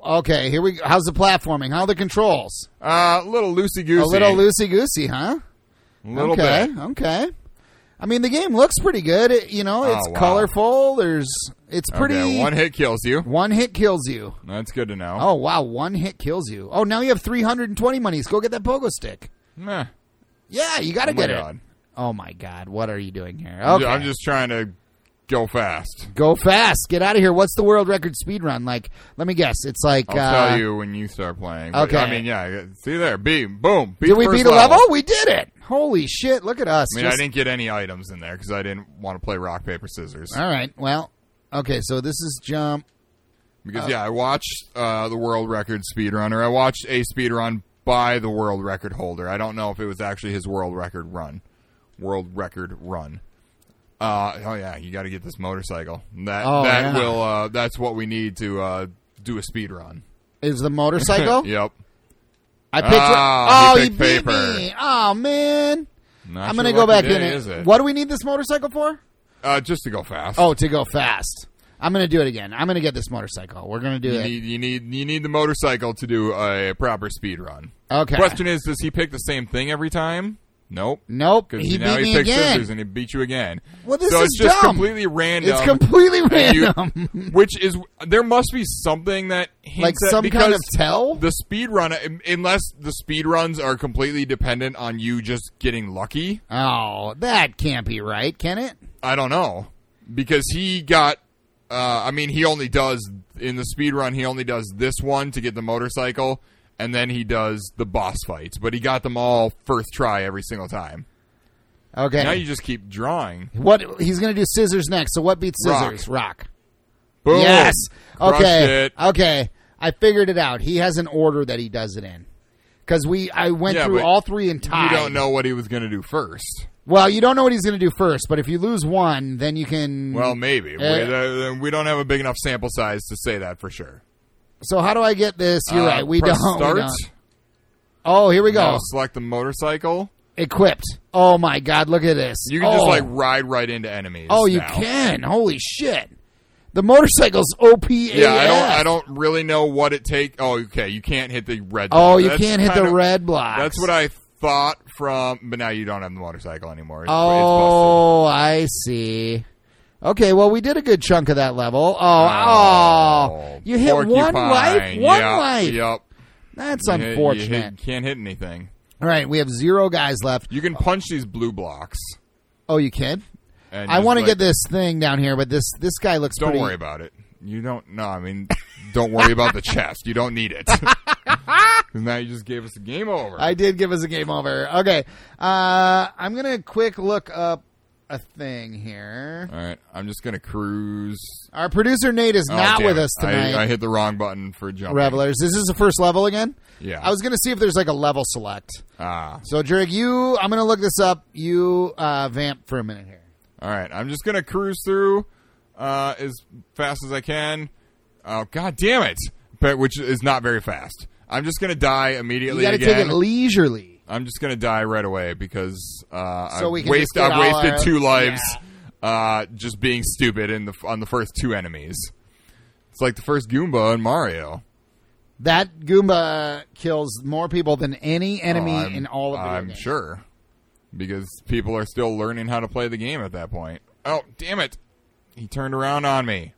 Speaker 1: Okay, here we. go. How's the platforming? How are the controls?
Speaker 2: Uh, a little loosey goosey.
Speaker 1: A little loosey goosey, huh?
Speaker 2: Little
Speaker 1: okay,
Speaker 2: bit.
Speaker 1: okay. I mean, the game looks pretty good. It, you know, it's
Speaker 2: Oh, wow.
Speaker 1: colorful. There's, it's pretty.
Speaker 2: Okay, one
Speaker 1: one,
Speaker 2: hit kills you.
Speaker 1: hit kills you.
Speaker 2: That's good to know.
Speaker 1: Oh wow, one hit kills you. Oh, now you have three hundred and twenty monies. Go get that pogo stick.
Speaker 2: Meh.
Speaker 1: Yeah, you got to
Speaker 2: my
Speaker 1: get
Speaker 2: God.
Speaker 1: it. Oh my god, what are you doing here?
Speaker 2: I'm
Speaker 1: Okay,
Speaker 2: ju- I'm just trying to go fast.
Speaker 1: go fast. Get out of here. What's the world record speed run like? Let me guess. It's like
Speaker 2: I'll
Speaker 1: uh,
Speaker 2: tell you when you start playing. But,
Speaker 1: okay.
Speaker 2: I mean, yeah. See there. Beam. Boom. Beat
Speaker 1: Did we
Speaker 2: first
Speaker 1: beat a level? We did it. Holy shit! Look at
Speaker 2: I
Speaker 1: us.
Speaker 2: mean,
Speaker 1: Just-
Speaker 2: I didn't get any items in there because I didn't want to play rock paper scissors.
Speaker 1: All right. Well, okay. So this is jump.
Speaker 2: Because yeah, I watched uh, the world record speedrunner. I watched a speedrun by the world record holder. I don't know if it was actually his world record run. World record run. Uh, oh yeah, you got to get this motorcycle. That
Speaker 1: Oh,
Speaker 2: that
Speaker 1: yeah.
Speaker 2: will. Uh, that's what we need to uh, do a speed run.
Speaker 1: Is the motorcycle?
Speaker 2: Yep.
Speaker 1: I picked.
Speaker 2: Ah,
Speaker 1: oh,
Speaker 2: he
Speaker 1: he
Speaker 2: picked
Speaker 1: beat
Speaker 2: paper.
Speaker 1: me. Oh man.
Speaker 2: Not
Speaker 1: I'm
Speaker 2: sure
Speaker 1: gonna
Speaker 2: what
Speaker 1: go back
Speaker 2: the
Speaker 1: in
Speaker 2: day
Speaker 1: it.
Speaker 2: is it.
Speaker 1: What do we need this motorcycle for?
Speaker 2: Uh, just to go fast.
Speaker 1: Oh, to go fast. I'm gonna do it again. I'm gonna get this motorcycle. We're gonna do
Speaker 2: You
Speaker 1: it.
Speaker 2: need, you need you need the motorcycle to do a proper speed run.
Speaker 1: okay.
Speaker 2: Question is, does he pick the same thing every time? Nope.
Speaker 1: Nope.
Speaker 2: Because
Speaker 1: He
Speaker 2: now
Speaker 1: beat
Speaker 2: he
Speaker 1: me
Speaker 2: picks
Speaker 1: again.
Speaker 2: scissors and he beat you again.
Speaker 1: Well, this
Speaker 2: so
Speaker 1: is
Speaker 2: it's just
Speaker 1: dumb.
Speaker 2: completely random.
Speaker 1: It's completely
Speaker 2: and you-
Speaker 1: random.
Speaker 2: which is there must be something that hints
Speaker 1: like
Speaker 2: at-
Speaker 1: some
Speaker 2: because
Speaker 1: kind of tell.
Speaker 2: the speed run, un- unless the speed runs are completely dependent on you just getting lucky.
Speaker 1: oh, that can't be right, can it?
Speaker 2: I don't know because he got. Uh, I mean, he only does in the speed run. He only does this one to get the motorcycle, and then he does the boss fights. But he got them all first try every single time.
Speaker 1: Okay.
Speaker 2: Now you just keep drawing.
Speaker 1: What he's going to do scissors next. So what beats
Speaker 2: Rock.
Speaker 1: scissors? Rock.
Speaker 2: Boom.
Speaker 1: Yes.
Speaker 2: Crushed
Speaker 1: Okay.
Speaker 2: it.
Speaker 1: Okay. I figured it out. He has an order that he does it in. Cuz we I went
Speaker 2: Yeah,
Speaker 1: through
Speaker 2: but
Speaker 1: all three in
Speaker 2: You
Speaker 1: time.
Speaker 2: don't know what he was going to do first.
Speaker 1: Well, you don't know what he's going to do first, but if you lose one, then you can
Speaker 2: Well, maybe. we,
Speaker 1: Eh.
Speaker 2: uh, we don't have a big enough sample size to say that for sure.
Speaker 1: So how do I get this? You're
Speaker 2: Uh,
Speaker 1: right. We
Speaker 2: press
Speaker 1: don't, we
Speaker 2: Start.
Speaker 1: don't. Oh, here we go.
Speaker 2: Now select the motorcycle.
Speaker 1: Equipped. Oh my god, look at this.
Speaker 2: You can
Speaker 1: oh.
Speaker 2: just like ride right into enemies.
Speaker 1: Oh, you
Speaker 2: now.
Speaker 1: can. Holy shit. The motorcycle's OP.
Speaker 2: Yeah, I don't. I don't really know what it take. Oh, okay. You can't hit the red.
Speaker 1: Oh, you
Speaker 2: That's
Speaker 1: can't hit the
Speaker 2: kinda-
Speaker 1: red block.
Speaker 2: That's what I thought from. But now you don't have the motorcycle anymore. It's- it's
Speaker 1: Oh, I see. Okay, well, we did a good chunk of that level. Oh,
Speaker 2: busted.
Speaker 1: oh, you hit one
Speaker 2: porcupine.
Speaker 1: life, one
Speaker 2: Yep,
Speaker 1: life.
Speaker 2: Yep.
Speaker 1: That's
Speaker 2: You hit- you
Speaker 1: unfortunate.
Speaker 2: hit- can't hit anything.
Speaker 1: All right, we have zero guys left.
Speaker 2: You can punch these blue blocks.
Speaker 1: Oh, you can?
Speaker 2: And
Speaker 1: I
Speaker 2: just,
Speaker 1: want to
Speaker 2: like,
Speaker 1: get this thing down here, but this this guy looks
Speaker 2: Don't
Speaker 1: pretty.
Speaker 2: worry about it. You don't. No, I mean, don't worry about the chest. You don't need it. 'Cause now you just gave us a game over.
Speaker 1: I did give us a game over. Okay, uh, I'm gonna quick look up a thing here.
Speaker 2: All right, I'm just gonna cruise.
Speaker 1: Our producer Nate is
Speaker 2: Oh,
Speaker 1: not
Speaker 2: damn
Speaker 1: with
Speaker 2: it.
Speaker 1: us tonight.
Speaker 2: I, I hit the wrong button for jumping.
Speaker 1: Revelers, this is the first level again.
Speaker 2: Yeah.
Speaker 1: I was gonna see if there's like a level select.
Speaker 2: Ah.
Speaker 1: So, Drake, you, I'm going to look this up. You uh, vamp for a minute here.
Speaker 2: All right, I'm just gonna cruise through uh, as fast as I can. Oh god damn it! But which is not very fast. I'm just gonna die
Speaker 1: You
Speaker 2: immediately
Speaker 1: got to
Speaker 2: again.
Speaker 1: take it leisurely.
Speaker 2: I'm just gonna die right away because uh,
Speaker 1: So
Speaker 2: I've,
Speaker 1: we can
Speaker 2: waste,
Speaker 1: just get
Speaker 2: I've
Speaker 1: all
Speaker 2: wasted
Speaker 1: our-
Speaker 2: two lives uh, just being stupid in the on the first two enemies. It's like the first Goomba in Mario.
Speaker 1: That Goomba kills more people than any enemy
Speaker 2: Oh, I'm-
Speaker 1: in all of the
Speaker 2: I'm sure because people are still learning how to play the game at that point. Oh damn it! He turned around on me.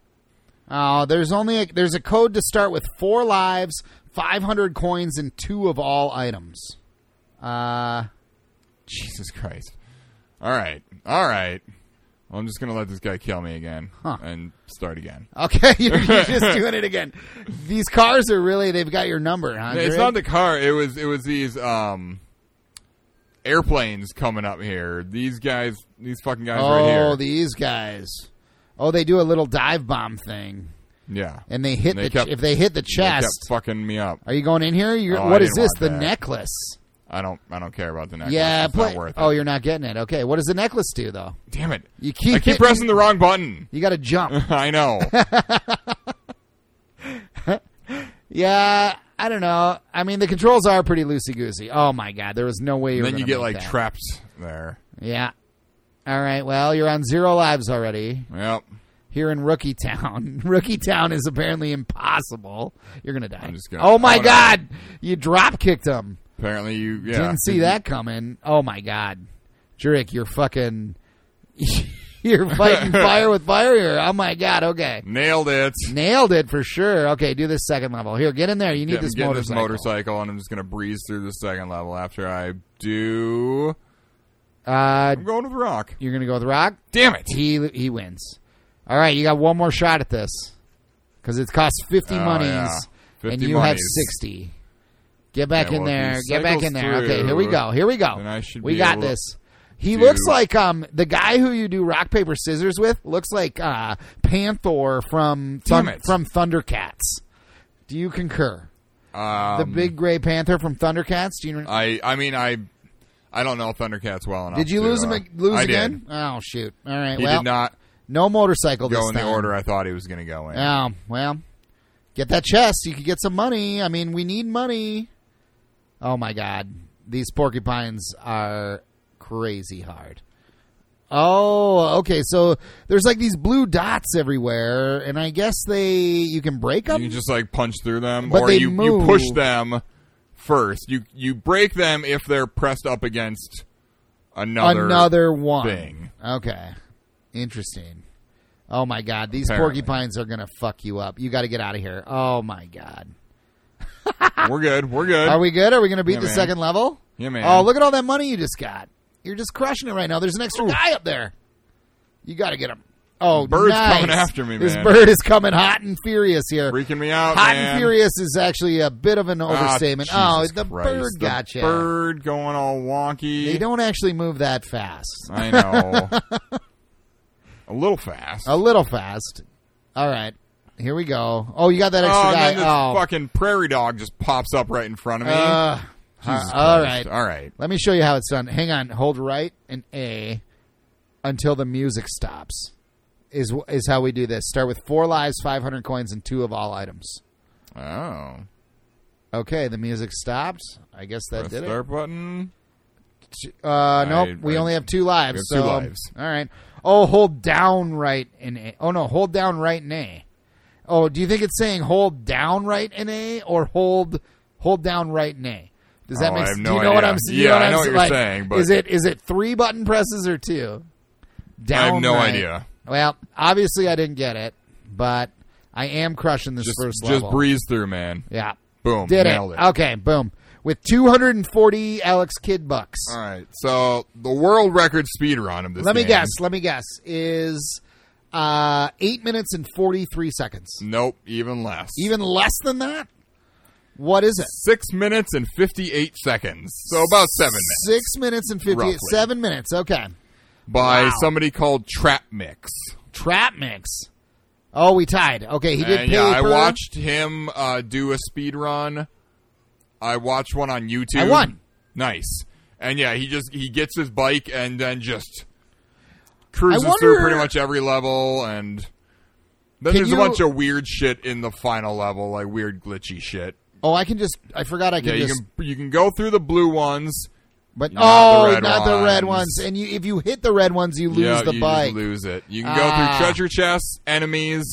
Speaker 1: Uh, there's only a, there's a code to start with four lives, 500 coins, and two of all items. Uh,
Speaker 2: Jesus Christ. All right. All right. Well, I'm just going to let this guy kill me again
Speaker 1: Huh.
Speaker 2: and start again.
Speaker 1: okay, you're, you're just doing it again. These cars are really they've got your number, huh?
Speaker 2: It's
Speaker 1: Greg?
Speaker 2: not the car. It was it was these um airplanes coming up here. These guys, these fucking guys
Speaker 1: oh,
Speaker 2: right here.
Speaker 1: these guys. Oh, they do a little dive bomb thing,
Speaker 2: yeah.
Speaker 1: and they hit
Speaker 2: They
Speaker 1: the ch-
Speaker 2: kept-
Speaker 1: if they hit the
Speaker 2: They kept
Speaker 1: chest.
Speaker 2: fucking me up.
Speaker 1: are you going in here? You're,
Speaker 2: Oh, I
Speaker 1: what is
Speaker 2: didn't
Speaker 1: this?
Speaker 2: want
Speaker 1: The
Speaker 2: that.
Speaker 1: necklace.
Speaker 2: I don't I don't care about the necklace.
Speaker 1: Yeah,
Speaker 2: it's
Speaker 1: play-
Speaker 2: not worth it.
Speaker 1: oh, you're not getting it. Okay, what does the necklace do though?
Speaker 2: Damn it.
Speaker 1: You keep
Speaker 2: I keep
Speaker 1: hitting-
Speaker 2: pressing the wrong button.
Speaker 1: You got to jump.
Speaker 2: I know.
Speaker 1: Yeah, I don't know. I mean, the controls are pretty loosey goosey. Oh my god, there was no way you.
Speaker 2: And
Speaker 1: were
Speaker 2: then you get
Speaker 1: gonna make
Speaker 2: like
Speaker 1: that.
Speaker 2: trapped there.
Speaker 1: Yeah. All right. Well, you're on zero lives already
Speaker 2: Yep.
Speaker 1: here in Rookie Town. Rookie Town is apparently impossible. You're gonna die.
Speaker 2: I'm just gonna-
Speaker 1: oh my
Speaker 2: Oh, no.
Speaker 1: god, you drop kicked him.
Speaker 2: Apparently you yeah.
Speaker 1: Didn't see that coming. Oh my god, Jurek, you're fucking. you're fighting fire with fire here. Oh my god. Okay.
Speaker 2: Nailed it.
Speaker 1: Nailed it for sure. Okay, do this second level. Here, get in there. You need
Speaker 2: Get-
Speaker 1: this
Speaker 2: getting
Speaker 1: motorcycle.
Speaker 2: this motorcycle, and I'm just gonna breeze through the second level after I do.
Speaker 1: Uh,
Speaker 2: I'm going with rock.
Speaker 1: you're gonna go with rock.
Speaker 2: Damn it!
Speaker 1: he he wins. All right, you got one more shot at this because it costs fifty
Speaker 2: Oh,
Speaker 1: monies,
Speaker 2: yeah. 50
Speaker 1: and you have
Speaker 2: monies.
Speaker 1: sixty. Get back
Speaker 2: Yeah,
Speaker 1: in
Speaker 2: well, if
Speaker 1: there.
Speaker 2: he
Speaker 1: Get back
Speaker 2: cycles
Speaker 1: in there. Okay, here we
Speaker 2: through,
Speaker 1: go. Here we go.
Speaker 2: then I should
Speaker 1: we
Speaker 2: be
Speaker 1: got
Speaker 2: able to
Speaker 1: this. He
Speaker 2: do-
Speaker 1: looks like um the guy who you do rock paper scissors with looks like uh Panther from
Speaker 2: Damn
Speaker 1: Thun-
Speaker 2: it.
Speaker 1: from Thundercats. Do you concur?
Speaker 2: Um,
Speaker 1: The big gray panther from Thundercats. Do you?
Speaker 2: I I mean I I don't know Thundercats well enough.
Speaker 1: did you
Speaker 2: to,
Speaker 1: lose him?
Speaker 2: uh,
Speaker 1: ag- Lose
Speaker 2: I did.
Speaker 1: again? Oh shoot! All right.
Speaker 2: He
Speaker 1: well,
Speaker 2: did not
Speaker 1: no motorcycle.
Speaker 2: go
Speaker 1: this
Speaker 2: in the
Speaker 1: time.
Speaker 2: order I thought he was going to go in.
Speaker 1: Yeah, well, get that chest. You could get some money. I mean, we need money. Oh my god, these porcupines are crazy hard. Oh, okay. So there's like these blue dots everywhere, and I guess they you can break them.
Speaker 2: You just like punch through them,
Speaker 1: But
Speaker 2: or
Speaker 1: they
Speaker 2: you
Speaker 1: move.
Speaker 2: you push them first. You you break them if they're pressed up against another.
Speaker 1: Another one.
Speaker 2: thing.
Speaker 1: Okay, interesting. Oh my god, these
Speaker 2: Apparently.
Speaker 1: porcupines are gonna fuck you up. You got to get out of here. Oh my god.
Speaker 2: We're good. We're good.
Speaker 1: Are we good? Are we going to beat
Speaker 2: Yeah,
Speaker 1: the
Speaker 2: man.
Speaker 1: second level?
Speaker 2: Yeah, man.
Speaker 1: Oh, look at all that money you just got. You're just crushing it right now. There's an extra
Speaker 2: Ooh.
Speaker 1: guy up there. You got to get him. Oh,
Speaker 2: Bird's
Speaker 1: nice.
Speaker 2: coming after me,
Speaker 1: This
Speaker 2: man.
Speaker 1: bird is coming hot and furious here.
Speaker 2: Freaking me out,
Speaker 1: hot
Speaker 2: man.
Speaker 1: and furious is actually a bit of an
Speaker 2: Ah,
Speaker 1: overstatement. oh,
Speaker 2: Jesus
Speaker 1: the
Speaker 2: Christ.
Speaker 1: bird
Speaker 2: The
Speaker 1: got you.
Speaker 2: Bird going all wonky.
Speaker 1: They don't actually move that fast.
Speaker 2: I know. a little fast.
Speaker 1: A little fast. All right. Here we go. Oh, you got that extra
Speaker 2: oh, and
Speaker 1: guy.
Speaker 2: then this
Speaker 1: oh.
Speaker 2: fucking prairie dog just pops up right in front of me.
Speaker 1: Uh,
Speaker 2: Jesus
Speaker 1: all
Speaker 2: Christ.
Speaker 1: right.
Speaker 2: All right.
Speaker 1: Let me show you how it's done. Hang on, hold right and A until the music stops. Is is how we do this. Start with four lives, five hundred coins, and two of all items.
Speaker 2: Oh.
Speaker 1: Okay, the music stopped. I guess that
Speaker 2: Press
Speaker 1: did
Speaker 2: start button.
Speaker 1: it. Uh, nope,
Speaker 2: I-
Speaker 1: we
Speaker 2: I-
Speaker 1: only have two lives.
Speaker 2: we have two
Speaker 1: so-
Speaker 2: lives.
Speaker 1: All right. Oh, hold down right and A. Oh no, hold down right and A. Oh, do you think it's saying hold down right and A or hold hold down right and A? Does that
Speaker 2: Oh,
Speaker 1: make
Speaker 2: I
Speaker 1: sense?
Speaker 2: have
Speaker 1: do
Speaker 2: no
Speaker 1: you know what
Speaker 2: idea.
Speaker 1: I'm saying?
Speaker 2: Yeah,
Speaker 1: what
Speaker 2: I
Speaker 1: I'm
Speaker 2: know what
Speaker 1: s-
Speaker 2: you're
Speaker 1: like,
Speaker 2: saying, but-
Speaker 1: is it is it three button presses or two? Down.
Speaker 2: I have no
Speaker 1: right.
Speaker 2: idea.
Speaker 1: Well, obviously I didn't get it, but I am crushing this
Speaker 2: Just,
Speaker 1: first
Speaker 2: just
Speaker 1: level.
Speaker 2: breeze through, man.
Speaker 1: yeah,
Speaker 2: Boom.
Speaker 1: did it. Oh.
Speaker 2: nailed it.
Speaker 1: Okay, boom. With 240 Alex Kidd bucks.
Speaker 2: All right. So the world record speed run of this.
Speaker 1: Let me
Speaker 2: game-
Speaker 1: guess. Let me guess. Is uh, eight minutes and forty three seconds?
Speaker 2: Nope. Even less.
Speaker 1: Even less than that? What is it?
Speaker 2: six minutes and fifty-eight seconds. So about seven minutes
Speaker 1: Six minutes and fifty
Speaker 2: Roughly.
Speaker 1: eight. Seven minutes. Okay.
Speaker 2: by
Speaker 1: Wow.
Speaker 2: somebody called Trap Mix.
Speaker 1: Trap mix. Oh, we tied. Okay, he did.
Speaker 2: And Uh, yeah, I
Speaker 1: paper.
Speaker 2: watched him uh, do a speed run. I watched one on YouTube.
Speaker 1: I won.
Speaker 2: Nice. And yeah, he just he gets his bike and then just
Speaker 1: I
Speaker 2: cruises
Speaker 1: wonder-
Speaker 2: through pretty much every level and then
Speaker 1: Can
Speaker 2: there's
Speaker 1: you-
Speaker 2: a bunch of weird shit in the final level, like weird glitchy shit.
Speaker 1: Oh, I can just. I forgot I can
Speaker 2: Yeah, you
Speaker 1: just.
Speaker 2: can you can go through the blue ones.
Speaker 1: but
Speaker 2: not
Speaker 1: oh,
Speaker 2: the red
Speaker 1: not the red ones.
Speaker 2: ones.
Speaker 1: And you, if you hit the red ones, you lose
Speaker 2: yeah,
Speaker 1: the
Speaker 2: you
Speaker 1: bike.
Speaker 2: Just lose it. You can
Speaker 1: Ah.
Speaker 2: go through treasure chests, enemies,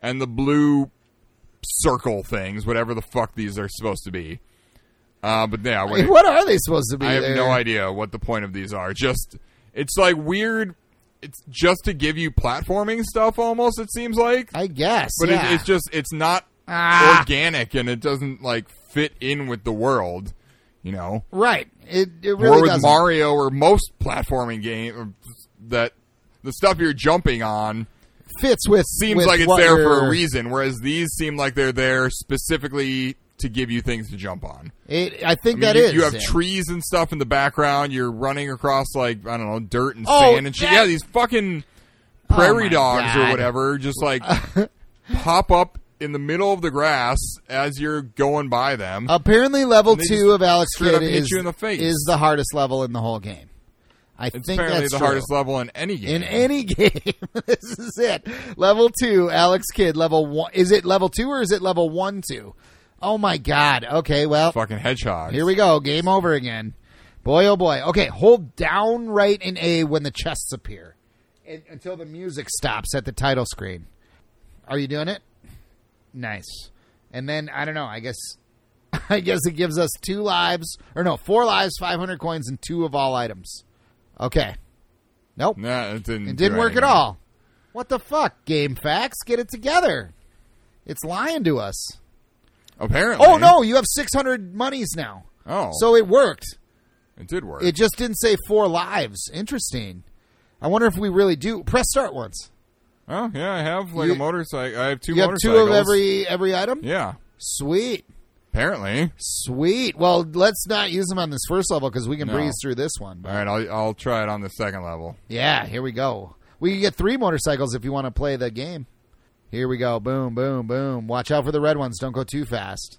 Speaker 2: and the blue circle things, whatever the fuck these are supposed to be. Uh, but yeah, what,
Speaker 1: Hey, what are they supposed to be?
Speaker 2: I have
Speaker 1: there?
Speaker 2: no idea what the point of these are. Just it's like weird it's just to give you platforming stuff almost it seems like
Speaker 1: I guess.
Speaker 2: but
Speaker 1: Uh, yeah.
Speaker 2: it, it's just it's not
Speaker 1: Ah.
Speaker 2: organic and it doesn't like fit in with the world you know
Speaker 1: right. It it
Speaker 2: or
Speaker 1: really
Speaker 2: with
Speaker 1: doesn't.
Speaker 2: mario or most platforming game uh, that the stuff you're jumping on
Speaker 1: fits with
Speaker 2: seems
Speaker 1: with
Speaker 2: like it's
Speaker 1: what
Speaker 2: there for
Speaker 1: you're-
Speaker 2: a reason whereas these seem like they're there specifically to give you things to jump on
Speaker 1: It, I
Speaker 2: I
Speaker 1: think
Speaker 2: mean,
Speaker 1: that
Speaker 2: you,
Speaker 1: is
Speaker 2: you have
Speaker 1: it.
Speaker 2: trees and stuff in the background. You're running across like I don't know, dirt and
Speaker 1: Oh,
Speaker 2: sand and shit.
Speaker 1: that-
Speaker 2: Yeah, these fucking
Speaker 1: Oh
Speaker 2: prairie
Speaker 1: my
Speaker 2: dogs
Speaker 1: God.
Speaker 2: or whatever just like pop up in the middle of the grass as you're going by them.
Speaker 1: Apparently, level
Speaker 2: They
Speaker 1: two
Speaker 2: just
Speaker 1: of Alex
Speaker 2: straight up
Speaker 1: Kidd
Speaker 2: hit
Speaker 1: is,
Speaker 2: you in the face.
Speaker 1: is the hardest level in the whole game. I
Speaker 2: it's
Speaker 1: think
Speaker 2: apparently
Speaker 1: that's
Speaker 2: the
Speaker 1: true.
Speaker 2: hardest level in any game.
Speaker 1: in any game. this is it. Level two, Alex Kidd. Level one. Is it level two or is it level one two? Oh my god. Okay. Well,
Speaker 2: fucking hedgehog.
Speaker 1: here we go. Game over again. Boy, oh boy. Okay. Hold down right and A when the chests appear, and, until the music stops at the title screen. Are you doing it? Nice. And then I don't know. I guess. I guess it gives us two lives, or no, four lives, five hundred coins, and two of all items. Okay. Nope.
Speaker 2: Nah, it didn't. do
Speaker 1: It didn't work at
Speaker 2: anything.
Speaker 1: all. What the fuck, Game Facts? Get it together. It's lying to us.
Speaker 2: Apparently.
Speaker 1: Oh no, you have 600 monies now.
Speaker 2: Oh, so
Speaker 1: So it worked.
Speaker 2: it did work.
Speaker 1: It just didn't say four lives. Interesting. I wonder if we really do. Press start once.
Speaker 2: oh yeah, I have like
Speaker 1: You-
Speaker 2: a motorcycle. I have two
Speaker 1: You have two
Speaker 2: motorcycles.
Speaker 1: of every every item.
Speaker 2: Yeah,
Speaker 1: Sweet,
Speaker 2: apparently.
Speaker 1: sweet. Well, let's not use them on this first level because we can
Speaker 2: No.
Speaker 1: breeze through this one.
Speaker 2: All right, I'll I'll try it on the second level.
Speaker 1: Yeah, here we go. We can get three motorcycles if you want to play the game. Here we go. Boom, boom, boom. Watch out for the red ones. Don't go too fast.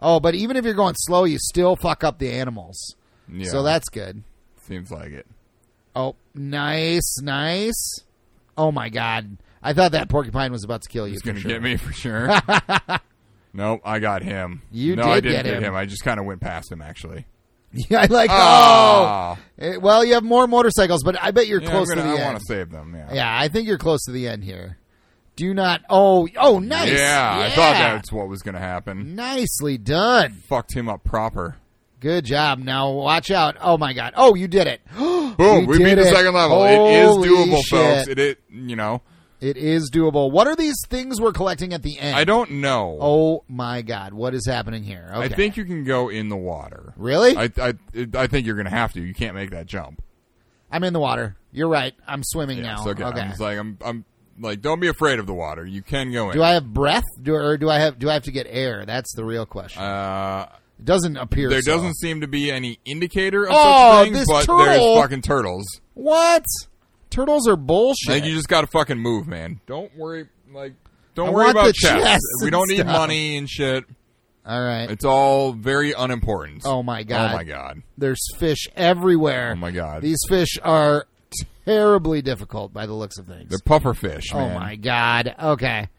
Speaker 1: Oh, but even if you're going slow, you still fuck up the animals.
Speaker 2: Yeah,
Speaker 1: So that good.
Speaker 2: seems like it.
Speaker 1: Oh, nice, nice. Oh my god. I thought that porcupine was about to kill you.
Speaker 2: He's
Speaker 1: for
Speaker 2: going to
Speaker 1: sure.
Speaker 2: get me for sure. nope, I got him.
Speaker 1: You
Speaker 2: no,
Speaker 1: did
Speaker 2: I didn't
Speaker 1: get him.
Speaker 2: I just kind of went past him, actually.
Speaker 1: Yeah, I like. Oh,
Speaker 2: Ah.
Speaker 1: Eh, well, you have more motorcycles, but I bet you're
Speaker 2: Yeah, I'm
Speaker 1: close
Speaker 2: gonna-
Speaker 1: to the
Speaker 2: I
Speaker 1: end.
Speaker 2: want to save them. Yeah.
Speaker 1: Yeah, I think you're close to the end here. Do not. Oh, oh, nice.
Speaker 2: Yeah, I thought
Speaker 1: Yeah.
Speaker 2: that's what was going to happen.
Speaker 1: nicely done.
Speaker 2: Fucked him up proper.
Speaker 1: Good job. Now watch out. Oh my god. Oh, you did it.
Speaker 2: Boom, we, beat
Speaker 1: did
Speaker 2: the
Speaker 1: it.
Speaker 2: second level.
Speaker 1: Holy
Speaker 2: it is doable,
Speaker 1: shit.
Speaker 2: folks. It, it, you know,
Speaker 1: It is doable. What are these things we're collecting at the end?
Speaker 2: I don't know.
Speaker 1: Oh my god. What is happening here? Okay.
Speaker 2: I think you can go in the water.
Speaker 1: Really? I,
Speaker 2: I I it- I think you're going to have to. You can't make that jump.
Speaker 1: am in the water. You're right. I'm swimming
Speaker 2: Yeah,
Speaker 1: now.
Speaker 2: so okay, I'm just like I'm I'm like don't be afraid of the water. You can go in.
Speaker 1: do I have breath? Do or do I have do I have to get air? That's the real question.
Speaker 2: uh
Speaker 1: it doesn't appear
Speaker 2: There
Speaker 1: so.
Speaker 2: doesn't seem to be any indicator of
Speaker 1: Oh,
Speaker 2: such things,
Speaker 1: this
Speaker 2: but
Speaker 1: turtle-
Speaker 2: there's fucking turtles.
Speaker 1: What? Turtles are bullshit.
Speaker 2: Like you just got to fucking move, man. Don't worry, like don't
Speaker 1: I
Speaker 2: worry
Speaker 1: want
Speaker 2: about
Speaker 1: the
Speaker 2: chests.
Speaker 1: chests
Speaker 2: we
Speaker 1: and
Speaker 2: don't need
Speaker 1: stuff.
Speaker 2: money and shit.
Speaker 1: All right.
Speaker 2: It's all very unimportant.
Speaker 1: Oh my god.
Speaker 2: Oh my god.
Speaker 1: There's fish everywhere.
Speaker 2: Oh my god.
Speaker 1: These fish are terribly difficult by the looks of things.
Speaker 2: They're pufferfish,
Speaker 1: Oh
Speaker 2: man.
Speaker 1: my god. Okay.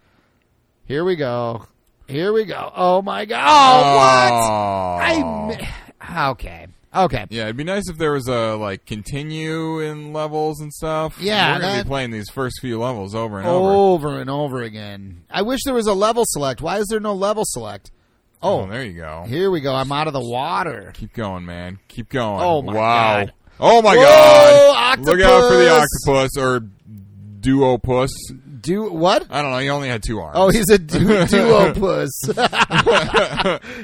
Speaker 1: Here we go. Here we go. Oh my god. Oh,
Speaker 2: Oh.
Speaker 1: what? I mi- Okay. Okay.
Speaker 2: Yeah, it'd be nice if there was a like continue in levels and stuff.
Speaker 1: Yeah,
Speaker 2: we're gonna
Speaker 1: that- Oh,
Speaker 2: be playing these first few levels over and over.
Speaker 1: Over and over again. I wish there was a level select. Why is there no level select?
Speaker 2: Oh,
Speaker 1: Oh,
Speaker 2: there you go.
Speaker 1: here we go. I'm out of the water.
Speaker 2: Keep going, man. Keep going.
Speaker 1: Oh, my
Speaker 2: wow.
Speaker 1: God.
Speaker 2: Oh my
Speaker 1: Whoa,
Speaker 2: god. Look out for the
Speaker 1: octopus.
Speaker 2: octopus or duopus.
Speaker 1: Do what?
Speaker 2: I don't know. He only had two arms.
Speaker 1: Oh, he's a du- duopus.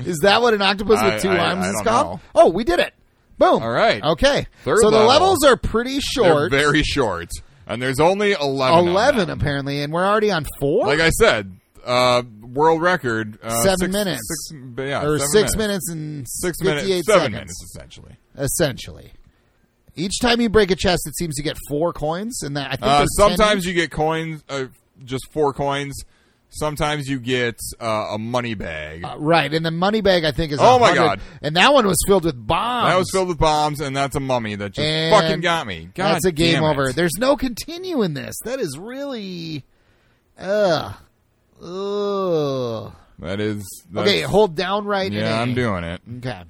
Speaker 1: is that what an octopus
Speaker 2: I-
Speaker 1: with two
Speaker 2: I-
Speaker 1: arms
Speaker 2: I
Speaker 1: is
Speaker 2: don't
Speaker 1: called?
Speaker 2: know.
Speaker 1: Oh, we did it. Boom.
Speaker 2: All right.
Speaker 1: Okay.
Speaker 2: Third
Speaker 1: so the
Speaker 2: level.
Speaker 1: levels are pretty
Speaker 2: They're
Speaker 1: short.
Speaker 2: very short, and there's only eleven. of
Speaker 1: 11
Speaker 2: them.
Speaker 1: apparently and we're already on 4
Speaker 2: Like I said, uh, world record. Uh,
Speaker 1: Seven
Speaker 2: six-
Speaker 1: minutes.
Speaker 2: Six, yeah,
Speaker 1: or
Speaker 2: seven
Speaker 1: 6 minutes, and
Speaker 2: Six
Speaker 1: 58
Speaker 2: minutes. Seven
Speaker 1: seconds
Speaker 2: minutes essentially.
Speaker 1: essentially each time you break a chest it seems you get 4 coins and that I think
Speaker 2: Uh,
Speaker 1: there's 10
Speaker 2: sometimes
Speaker 1: each.
Speaker 2: you get coins, uh, just four coins. Sometimes you get uh, a money bag.
Speaker 1: Uh, right and the money bag I think is
Speaker 2: Oh my
Speaker 1: 100.
Speaker 2: God.
Speaker 1: and that one was filled with bombs
Speaker 2: That was filled with bombs, and that's a mummy that just
Speaker 1: And
Speaker 2: fucking got me. God
Speaker 1: That's a game
Speaker 2: damn it.
Speaker 1: over. There's no continue in this. That is really, ugh, ugh.
Speaker 2: That is that's,
Speaker 1: Okay, hold down right. and
Speaker 2: Yeah,
Speaker 1: A.
Speaker 2: I'm doing it.
Speaker 1: Okay,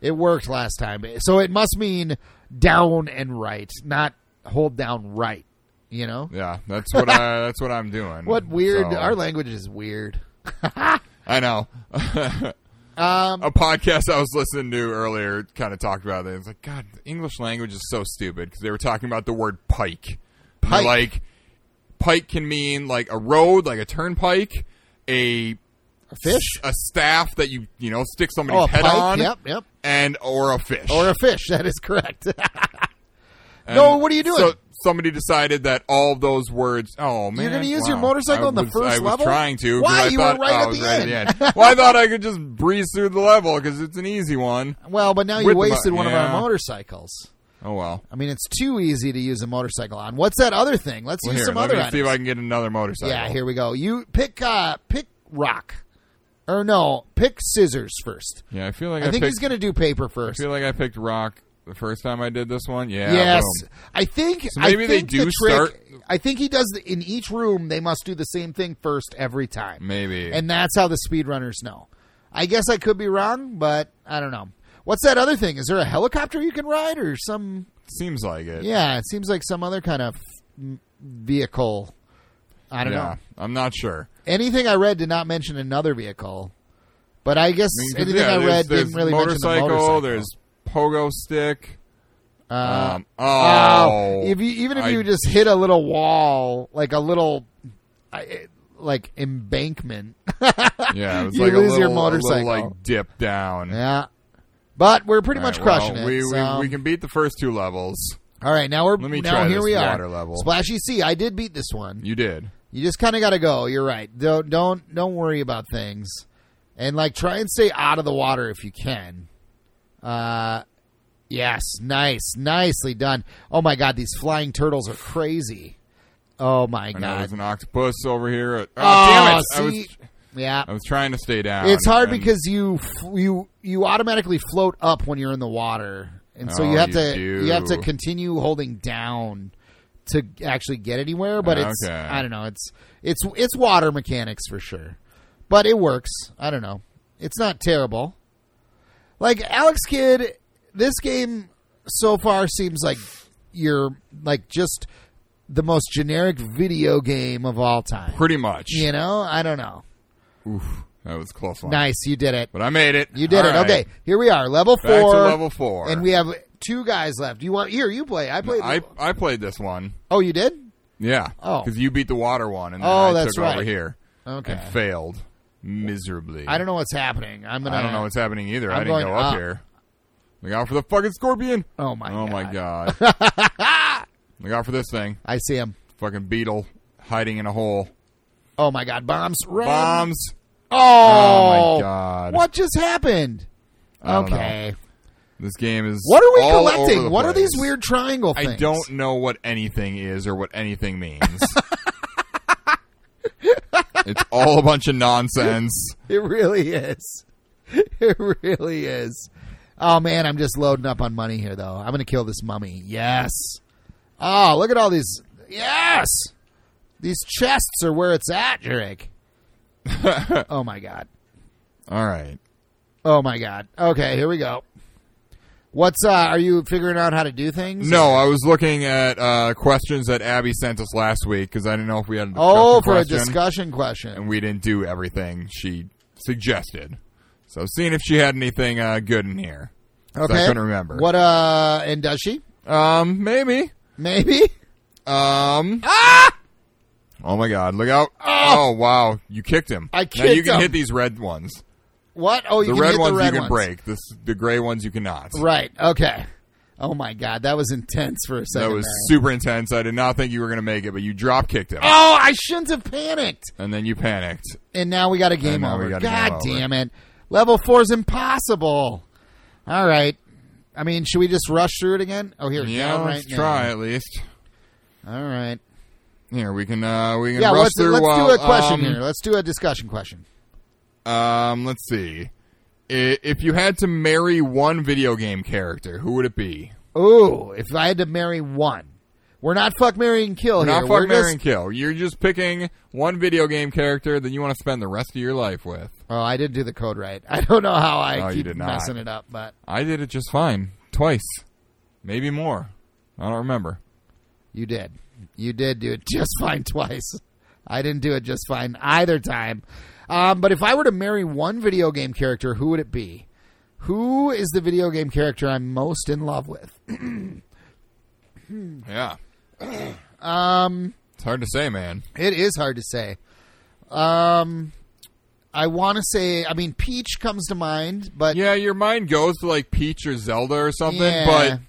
Speaker 1: it worked last time, so it must mean down and right, not hold down right. You know
Speaker 2: Yeah, that's what I. That's what I'm doing.
Speaker 1: what weird?
Speaker 2: So,
Speaker 1: Our language is weird.
Speaker 2: I know.
Speaker 1: Um,
Speaker 2: a podcast I was listening to earlier kind of talked about it. It's like, God, the English language is so stupid because they were talking about the word pike. And they're
Speaker 1: Pike.
Speaker 2: Like, pike can mean like a road, like a turnpike, a
Speaker 1: a fish.
Speaker 2: a staff that you you know stick somebody's
Speaker 1: Oh, a
Speaker 2: head
Speaker 1: pike.
Speaker 2: on,
Speaker 1: Yep, yep.
Speaker 2: and or a fish.
Speaker 1: Or a fish. That is correct.
Speaker 2: And
Speaker 1: no, what are you doing?
Speaker 2: So somebody decided that all those words. Oh man,
Speaker 1: You're gonna use your
Speaker 2: wow.
Speaker 1: motorcycle
Speaker 2: I
Speaker 1: in the
Speaker 2: was-
Speaker 1: first
Speaker 2: I was
Speaker 1: level?
Speaker 2: Trying to. 'cause
Speaker 1: Why?
Speaker 2: I
Speaker 1: You
Speaker 2: thought,
Speaker 1: were right
Speaker 2: oh,
Speaker 1: at
Speaker 2: I was
Speaker 1: the end.
Speaker 2: at the end. well, I thought I could just breeze through the level because it's an easy one.
Speaker 1: well, but now you
Speaker 2: with the mo-
Speaker 1: wasted one of
Speaker 2: yeah.
Speaker 1: our motorcycles.
Speaker 2: Oh well.
Speaker 1: I mean, it's too easy to use a motorcycle on. What's that other thing? Let's
Speaker 2: Well,
Speaker 1: use
Speaker 2: here,
Speaker 1: some
Speaker 2: let
Speaker 1: other
Speaker 2: me see
Speaker 1: items.
Speaker 2: if I can get another motorcycle.
Speaker 1: yeah, here we go. You pick uh pick rock. Or no, pick scissors first.
Speaker 2: Yeah, I feel like I,
Speaker 1: I think
Speaker 2: picked,
Speaker 1: he's going to do paper
Speaker 2: I
Speaker 1: first.
Speaker 2: feel like I picked rock the first time I did this one. Yeah.
Speaker 1: yes,
Speaker 2: boom.
Speaker 1: I think.
Speaker 2: So maybe
Speaker 1: I
Speaker 2: they
Speaker 1: think
Speaker 2: do
Speaker 1: the trick,
Speaker 2: start-
Speaker 1: I think he does the, in each room. They must do the same thing first every time,
Speaker 2: Maybe.
Speaker 1: and that's how the speedrunners know. I guess I could be wrong, but I don't know. What's that other thing? Is there a helicopter you can ride or some?
Speaker 2: Seems like it.
Speaker 1: Yeah, it seems like some other kind of mm, vehicle. I don't know.
Speaker 2: Yeah, I'm not sure.
Speaker 1: Anything I read did not mention another vehicle, but I guess
Speaker 2: I mean, 'cause,
Speaker 1: anything
Speaker 2: yeah,
Speaker 1: I
Speaker 2: there's-
Speaker 1: read
Speaker 2: there's
Speaker 1: didn't really
Speaker 2: motorcycle,
Speaker 1: mention the motorcycle.
Speaker 2: There's pogo stick.
Speaker 1: Uh,
Speaker 2: Um, oh,
Speaker 1: Oh, if you even if
Speaker 2: I-
Speaker 1: you just hit a little wall, like a little, I- it- like embankment,
Speaker 2: yeah, it was
Speaker 1: you
Speaker 2: like a little,
Speaker 1: lose your
Speaker 2: a little,
Speaker 1: motorcycle.
Speaker 2: like dip down.
Speaker 1: yeah. But we're pretty
Speaker 2: All
Speaker 1: much
Speaker 2: right,
Speaker 1: crushing
Speaker 2: well,
Speaker 1: it.
Speaker 2: We,
Speaker 1: so-
Speaker 2: we we can beat the first two levels.
Speaker 1: all right, now we're
Speaker 2: Let me
Speaker 1: now
Speaker 2: try
Speaker 1: here
Speaker 2: this
Speaker 1: we
Speaker 2: water
Speaker 1: are.
Speaker 2: level.
Speaker 1: Splashy Sea. I did beat this one.
Speaker 2: You did.
Speaker 1: You just kind of got to go. You're right. Don't don't don't worry about things, and like try and stay out of the water if you can. Uh, yes, nice, nicely done. Oh my God, these flying turtles are crazy. Oh my
Speaker 2: I know
Speaker 1: God.
Speaker 2: there's an octopus over here. Oh, damn
Speaker 1: Oh,
Speaker 2: it! I was
Speaker 1: see? yeah.
Speaker 2: I was trying to stay down.
Speaker 1: It's hard
Speaker 2: and-
Speaker 1: because you f- you you automatically float up when you're in the water, and so
Speaker 2: Oh,
Speaker 1: you have
Speaker 2: you
Speaker 1: to
Speaker 2: do.
Speaker 1: you have to continue holding down to actually get anywhere. But it's
Speaker 2: Okay.
Speaker 1: I don't know. It's it's it's water mechanics for sure, but it works. I don't know. It's not terrible. Like Alex Kidd, this game so far seems like you're like just the most generic video game of all time.
Speaker 2: pretty much
Speaker 1: You know, I don't know.
Speaker 2: that was a close one.
Speaker 1: Nice, you did it.
Speaker 2: But I made it.
Speaker 1: You did
Speaker 2: All
Speaker 1: it.
Speaker 2: right.
Speaker 1: Okay, here we are, level four.
Speaker 2: Back to level four.
Speaker 1: and we have two guys left. You want here? You play. I played.
Speaker 2: I I played this one.
Speaker 1: oh, you did.
Speaker 2: Yeah.
Speaker 1: Oh.
Speaker 2: Because you beat the water one, and then
Speaker 1: Oh,
Speaker 2: I
Speaker 1: that's
Speaker 2: took
Speaker 1: right.
Speaker 2: over here
Speaker 1: Okay.
Speaker 2: and failed miserably.
Speaker 1: I don't know what's happening. I'm gonna.
Speaker 2: I don't know what's happening either.
Speaker 1: I'm
Speaker 2: I did not
Speaker 1: going
Speaker 2: go up,
Speaker 1: up.
Speaker 2: here. Look out for the fucking scorpion.
Speaker 1: Oh my.
Speaker 2: oh
Speaker 1: god.
Speaker 2: my god. Look out for this thing.
Speaker 1: I see him.
Speaker 2: Fucking beetle hiding in a hole.
Speaker 1: Oh my god. Bombs. Run.
Speaker 2: Bombs.
Speaker 1: Oh.
Speaker 2: Oh my God.
Speaker 1: What just happened?
Speaker 2: I don't know.
Speaker 1: okay.
Speaker 2: This game is.
Speaker 1: What are we
Speaker 2: all
Speaker 1: collecting?
Speaker 2: over the
Speaker 1: what are
Speaker 2: place.
Speaker 1: these weird triangle things?
Speaker 2: I don't know what anything is or what anything means. it's all a bunch of nonsense.
Speaker 1: It really is. It really is. Oh man, I'm just loading up on money here though. I'm gonna kill this mummy. Yes. Oh, look at all these. Yes. These chests are where it's at, Drake. oh my god.
Speaker 2: All right.
Speaker 1: Oh my god. Okay, here we go. What's uh are you figuring out how to do things?
Speaker 2: No, I was looking at uh, questions that Abby sent us last week because I didn't know if we had a discussion
Speaker 1: Oh, for
Speaker 2: question,
Speaker 1: a discussion question.
Speaker 2: and we didn't do everything she suggested. So, seeing if she had anything uh, good in here. 'Cause
Speaker 1: Okay.
Speaker 2: I couldn't remember.
Speaker 1: What uh and does she?
Speaker 2: Um, maybe.
Speaker 1: Maybe?
Speaker 2: Um. Oh my God! Look out! Oh, wow! You kicked him.
Speaker 1: I
Speaker 2: Now you
Speaker 1: kicked
Speaker 2: can
Speaker 1: him.
Speaker 2: hit these red ones.
Speaker 1: What? Oh, you
Speaker 2: The
Speaker 1: can
Speaker 2: red
Speaker 1: hit
Speaker 2: ones
Speaker 1: the red
Speaker 2: you can
Speaker 1: ones.
Speaker 2: break. This, the gray ones you cannot.
Speaker 1: Right. Okay. Oh my god, that was intense for a
Speaker 2: That
Speaker 1: second.
Speaker 2: was
Speaker 1: there.
Speaker 2: super intense. I did not think you were going to make it, but you drop kicked him,
Speaker 1: oh, I shouldn't have panicked.
Speaker 2: and then you panicked.
Speaker 1: And now we got a game
Speaker 2: And now we
Speaker 1: over.
Speaker 2: got a game
Speaker 1: God
Speaker 2: over.
Speaker 1: damn it! Level four is impossible. All right. I mean, should we just rush through it again? Oh, here,
Speaker 2: Yeah,
Speaker 1: down
Speaker 2: let's
Speaker 1: right now.
Speaker 2: try at least.
Speaker 1: All right.
Speaker 2: Here we can uh we can
Speaker 1: Yeah,
Speaker 2: rush
Speaker 1: let's,
Speaker 2: through.
Speaker 1: let's
Speaker 2: while,
Speaker 1: do a question
Speaker 2: um,
Speaker 1: here. Let's do a discussion question.
Speaker 2: Um, let's see. I- If you had to marry one video game character, who would it be?
Speaker 1: Ooh, if I had to marry one, we're not fuck, marry, and kill here.
Speaker 2: Not
Speaker 1: We're
Speaker 2: fuck, marry, and
Speaker 1: just-
Speaker 2: kill. You're just picking one video game character that you want to spend the rest of your life with.
Speaker 1: Oh, I didn't do the code right. I don't know how I
Speaker 2: Oh, you
Speaker 1: keep
Speaker 2: did not.
Speaker 1: messing it up, but
Speaker 2: I did it just fine twice, maybe more. I don't remember.
Speaker 1: You did. You did do it just fine twice. I didn't do it just fine either time. Um, but if I were to marry one video game character, who would it be? Who is the video game character I'm most in love with?
Speaker 2: Yeah. um, it's hard to say, man.
Speaker 1: It is hard to say. Um, I want to say. I mean, Peach comes to mind, but
Speaker 2: Yeah, your mind goes to like Peach or Zelda or something,
Speaker 1: Yeah.
Speaker 2: but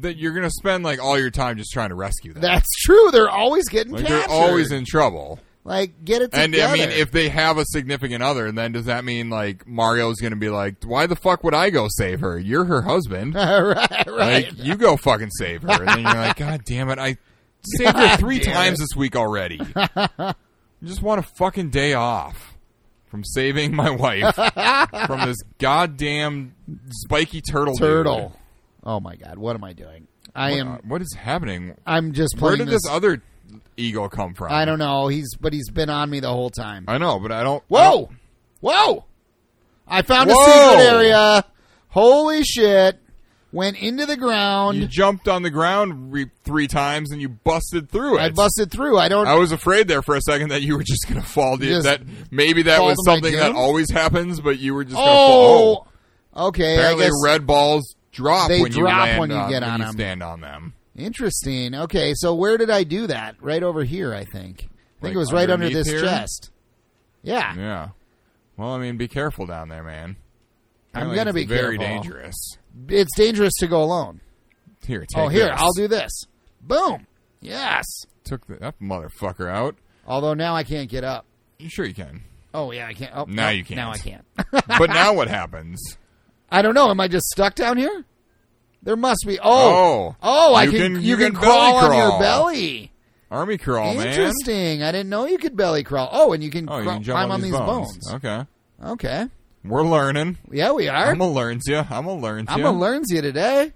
Speaker 2: that you're gonna spend like all your time just trying to rescue them.
Speaker 1: that's true. They're always getting
Speaker 2: like
Speaker 1: captured.
Speaker 2: they're always in trouble.
Speaker 1: like get it together.
Speaker 2: And I mean, if they have a significant other, then does that mean like Mario's gonna be like, "Why the fuck would I go save her? You're her husband.
Speaker 1: right, right.
Speaker 2: Like you go fucking save her." And then you're like, "God damn it, I saved her
Speaker 1: God
Speaker 2: three
Speaker 1: damn
Speaker 2: times
Speaker 1: it.
Speaker 2: this week already. I just want a fucking day off from saving my wife from this goddamn spiky turtle dude.
Speaker 1: turtle. Oh my god, what am I doing? I
Speaker 2: What-
Speaker 1: am.
Speaker 2: uh, what is happening?
Speaker 1: I'm just
Speaker 2: Where
Speaker 1: playing
Speaker 2: did this, other ego come from?
Speaker 1: I don't know. He's but he's been on me the whole time.
Speaker 2: I know, but I don't. I
Speaker 1: Whoa,
Speaker 2: don't-
Speaker 1: whoa! I found a
Speaker 2: Whoa!
Speaker 1: secret area. Holy shit! Went into the ground.
Speaker 2: you jumped on the ground re- three times and you busted through it.
Speaker 1: I busted through. I don't.
Speaker 2: I was afraid there for a second that you were just going to fall. Dude.
Speaker 1: Just
Speaker 2: that maybe that
Speaker 1: fall
Speaker 2: was
Speaker 1: to my
Speaker 2: something that
Speaker 1: doom?
Speaker 2: always happens, but you were just going to fall.
Speaker 1: oh, okay. I
Speaker 2: Apparently,
Speaker 1: guess
Speaker 2: red balls drop
Speaker 1: they
Speaker 2: when you
Speaker 1: drop
Speaker 2: land
Speaker 1: when you
Speaker 2: on,
Speaker 1: get
Speaker 2: when
Speaker 1: on
Speaker 2: you
Speaker 1: them.
Speaker 2: stand on them.
Speaker 1: interesting. Okay, so where did I do that? Right over here, I think. I think
Speaker 2: Like
Speaker 1: it was right under
Speaker 2: underneath
Speaker 1: this
Speaker 2: here?
Speaker 1: chest. Yeah,
Speaker 2: Yeah. Well, I mean, be careful down there, man.
Speaker 1: I'm
Speaker 2: Apparently
Speaker 1: gonna
Speaker 2: it's
Speaker 1: be
Speaker 2: very
Speaker 1: careful.
Speaker 2: dangerous.
Speaker 1: It's dangerous to go alone.
Speaker 2: Here, take
Speaker 1: Oh, here
Speaker 2: this.
Speaker 1: I'll do this. Boom. Yes.
Speaker 2: Took the, that motherfucker out.
Speaker 1: Although now I can't get up.
Speaker 2: You sure you can?
Speaker 1: Oh yeah, I can't. Oh,
Speaker 2: Now
Speaker 1: no,
Speaker 2: you can't.
Speaker 1: Now I can't.
Speaker 2: but now what happens?
Speaker 1: I don't know. Am I just stuck down here? There must be. Oh,
Speaker 2: Oh.
Speaker 1: I
Speaker 2: You
Speaker 1: can,
Speaker 2: can-
Speaker 1: You,
Speaker 2: you
Speaker 1: can,
Speaker 2: can
Speaker 1: crawl,
Speaker 2: belly
Speaker 1: on your
Speaker 2: crawl.
Speaker 1: belly.
Speaker 2: Army crawl, man.
Speaker 1: Interesting. I didn't know you could belly crawl. Oh, and you can,
Speaker 2: Oh, you
Speaker 1: crawl-
Speaker 2: can jump
Speaker 1: climb
Speaker 2: on, these bones.
Speaker 1: Okay.
Speaker 2: Okay, we're learning.
Speaker 1: Yeah, we are.
Speaker 2: I'm gonna learn you. I'm gonna learn
Speaker 1: I'm
Speaker 2: you.
Speaker 1: gonna learn you today.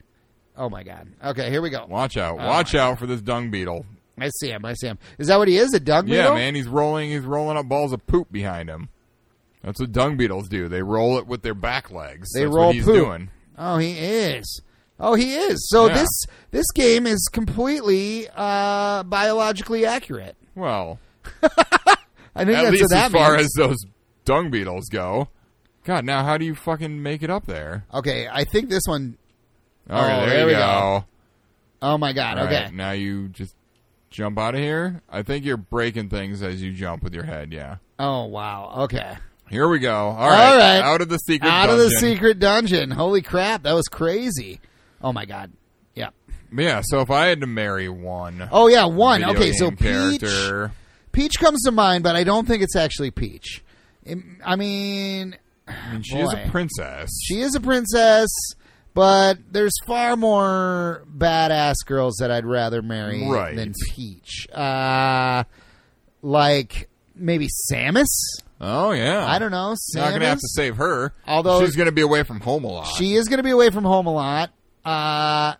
Speaker 1: Oh my god. Okay, here we go.
Speaker 2: Watch out! Watch out for this dung beetle.
Speaker 1: I see him. I see him. Is that what he is? A dung
Speaker 2: Yeah,
Speaker 1: beetle?
Speaker 2: man, he's rolling. He's rolling up balls of poop behind him. That's what dung beetles do. They roll it with their back legs.
Speaker 1: They
Speaker 2: That's
Speaker 1: roll
Speaker 2: what he's
Speaker 1: poop.
Speaker 2: doing.
Speaker 1: Oh, he is. Oh, he is. So
Speaker 2: Yeah.
Speaker 1: this this game is completely uh, biologically accurate.
Speaker 2: Well,
Speaker 1: I think
Speaker 2: at
Speaker 1: that's
Speaker 2: least
Speaker 1: what that
Speaker 2: as far
Speaker 1: means.
Speaker 2: as those dung beetles go. God, now how do you fucking make it up there?
Speaker 1: okay, I think this one
Speaker 2: Okay,
Speaker 1: Oh,
Speaker 2: there,
Speaker 1: there
Speaker 2: you
Speaker 1: we
Speaker 2: go.
Speaker 1: go. Oh my god.
Speaker 2: All
Speaker 1: okay.
Speaker 2: right, now you just jump out of here. I think you're breaking things as you jump with your head. Yeah.
Speaker 1: Oh wow. Okay.
Speaker 2: Here we go. All right.
Speaker 1: right.
Speaker 2: Out of the secret
Speaker 1: Out of the
Speaker 2: dungeon.
Speaker 1: secret dungeon. Holy crap, that was crazy. Oh my god. Yeah.
Speaker 2: Yeah, so if I had to marry one.
Speaker 1: Oh yeah, one.
Speaker 2: video
Speaker 1: okay, so
Speaker 2: game
Speaker 1: Peach
Speaker 2: character.
Speaker 1: Peach comes to mind, but I don't think it's actually Peach. Im- I mean,
Speaker 2: I mean, she is
Speaker 1: boy.
Speaker 2: a princess.
Speaker 1: she is a princess, but there's far more badass girls that I'd rather marry
Speaker 2: Right.
Speaker 1: than Peach. Uh like maybe Samus?
Speaker 2: oh, yeah.
Speaker 1: I don't know.
Speaker 2: You're not
Speaker 1: Samus.
Speaker 2: going to have to save her.
Speaker 1: Although-
Speaker 2: she's going to be away from home a lot.
Speaker 1: She is going to be away from home a lot. Uh,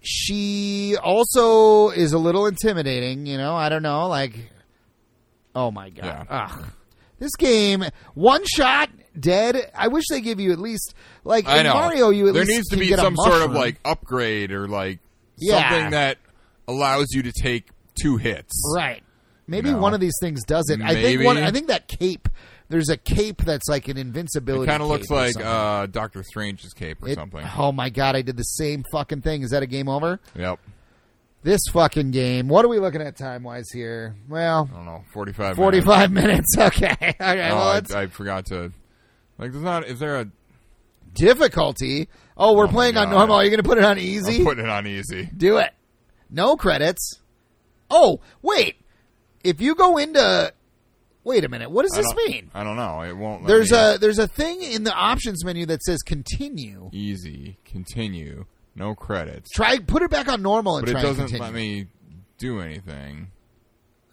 Speaker 1: she also is a little intimidating. You know, I don't know. Like, oh my god,
Speaker 2: Yeah.
Speaker 1: Ugh. this game one shot dead. I wish they give you at least like
Speaker 2: I
Speaker 1: in
Speaker 2: know.
Speaker 1: Mario. You at
Speaker 2: there
Speaker 1: least
Speaker 2: needs to
Speaker 1: can
Speaker 2: be
Speaker 1: get a
Speaker 2: some sort of
Speaker 1: mushroom.
Speaker 2: like upgrade or like
Speaker 1: Yeah.
Speaker 2: something that allows you to take two hits.
Speaker 1: right. Maybe
Speaker 2: you know.
Speaker 1: one of these things does it. I think
Speaker 2: Maybe.
Speaker 1: one. I think that cape. There's a cape that's like an invincibility.
Speaker 2: It kind of looks
Speaker 1: cape or
Speaker 2: like
Speaker 1: something.
Speaker 2: uh, Doctor Strange's cape or
Speaker 1: It-
Speaker 2: something.
Speaker 1: Oh my god! I did the same fucking thing. Is that a game over?
Speaker 2: Yep.
Speaker 1: this fucking game. What are we looking at time wise here? Well,
Speaker 2: I don't know. 45 minutes.
Speaker 1: 45 minutes. Okay. Okay.
Speaker 2: Oh,
Speaker 1: Well,
Speaker 2: I,
Speaker 1: it's
Speaker 2: I forgot to. Like, there's not. Is there a.
Speaker 1: difficulty. Oh, we're
Speaker 2: my
Speaker 1: playing on
Speaker 2: God.
Speaker 1: normal. Are you going to put it
Speaker 2: I'm
Speaker 1: on easy?
Speaker 2: putting it on easy.
Speaker 1: Do it. No credits. Oh, wait. If you go into. Wait a minute. What does
Speaker 2: I
Speaker 1: this
Speaker 2: don't-
Speaker 1: mean?
Speaker 2: I don't know. It won't. Let
Speaker 1: There's
Speaker 2: me
Speaker 1: a there's a thing in the options menu that says continue.
Speaker 2: easy continue, no credits,
Speaker 1: Try put it back on normal and
Speaker 2: but it
Speaker 1: try
Speaker 2: doesn't
Speaker 1: and continue.
Speaker 2: let me do anything.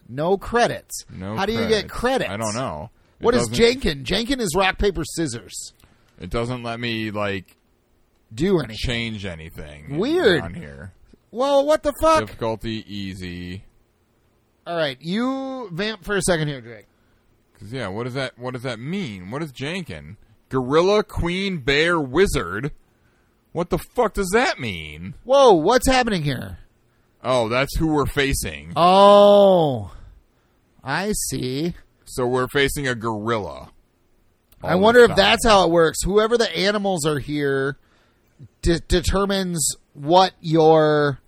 Speaker 1: no credits.
Speaker 2: No.
Speaker 1: How do you get credits?
Speaker 2: I don't know. It
Speaker 1: What is
Speaker 2: doesn't-
Speaker 1: Jenkin? Jenkin is rock paper scissors.
Speaker 2: It doesn't let me like
Speaker 1: Do anything.
Speaker 2: change anything.
Speaker 1: Weird.
Speaker 2: on here.
Speaker 1: Well, what the fuck?
Speaker 2: Difficulty easy.
Speaker 1: All right, you vamp for a second here, Drake.
Speaker 2: Cause yeah, what does that? What does that mean? What is Jankin? Gorilla Queen Bear Wizard. What the fuck does that mean?
Speaker 1: Whoa, what's happening here?
Speaker 2: Oh, that's who we're facing.
Speaker 1: Oh, I see.
Speaker 2: So we're facing a gorilla.
Speaker 1: I
Speaker 2: All
Speaker 1: wonder
Speaker 2: the
Speaker 1: if
Speaker 2: time.
Speaker 1: that's how it works. Whoever the animals are here de- determines what your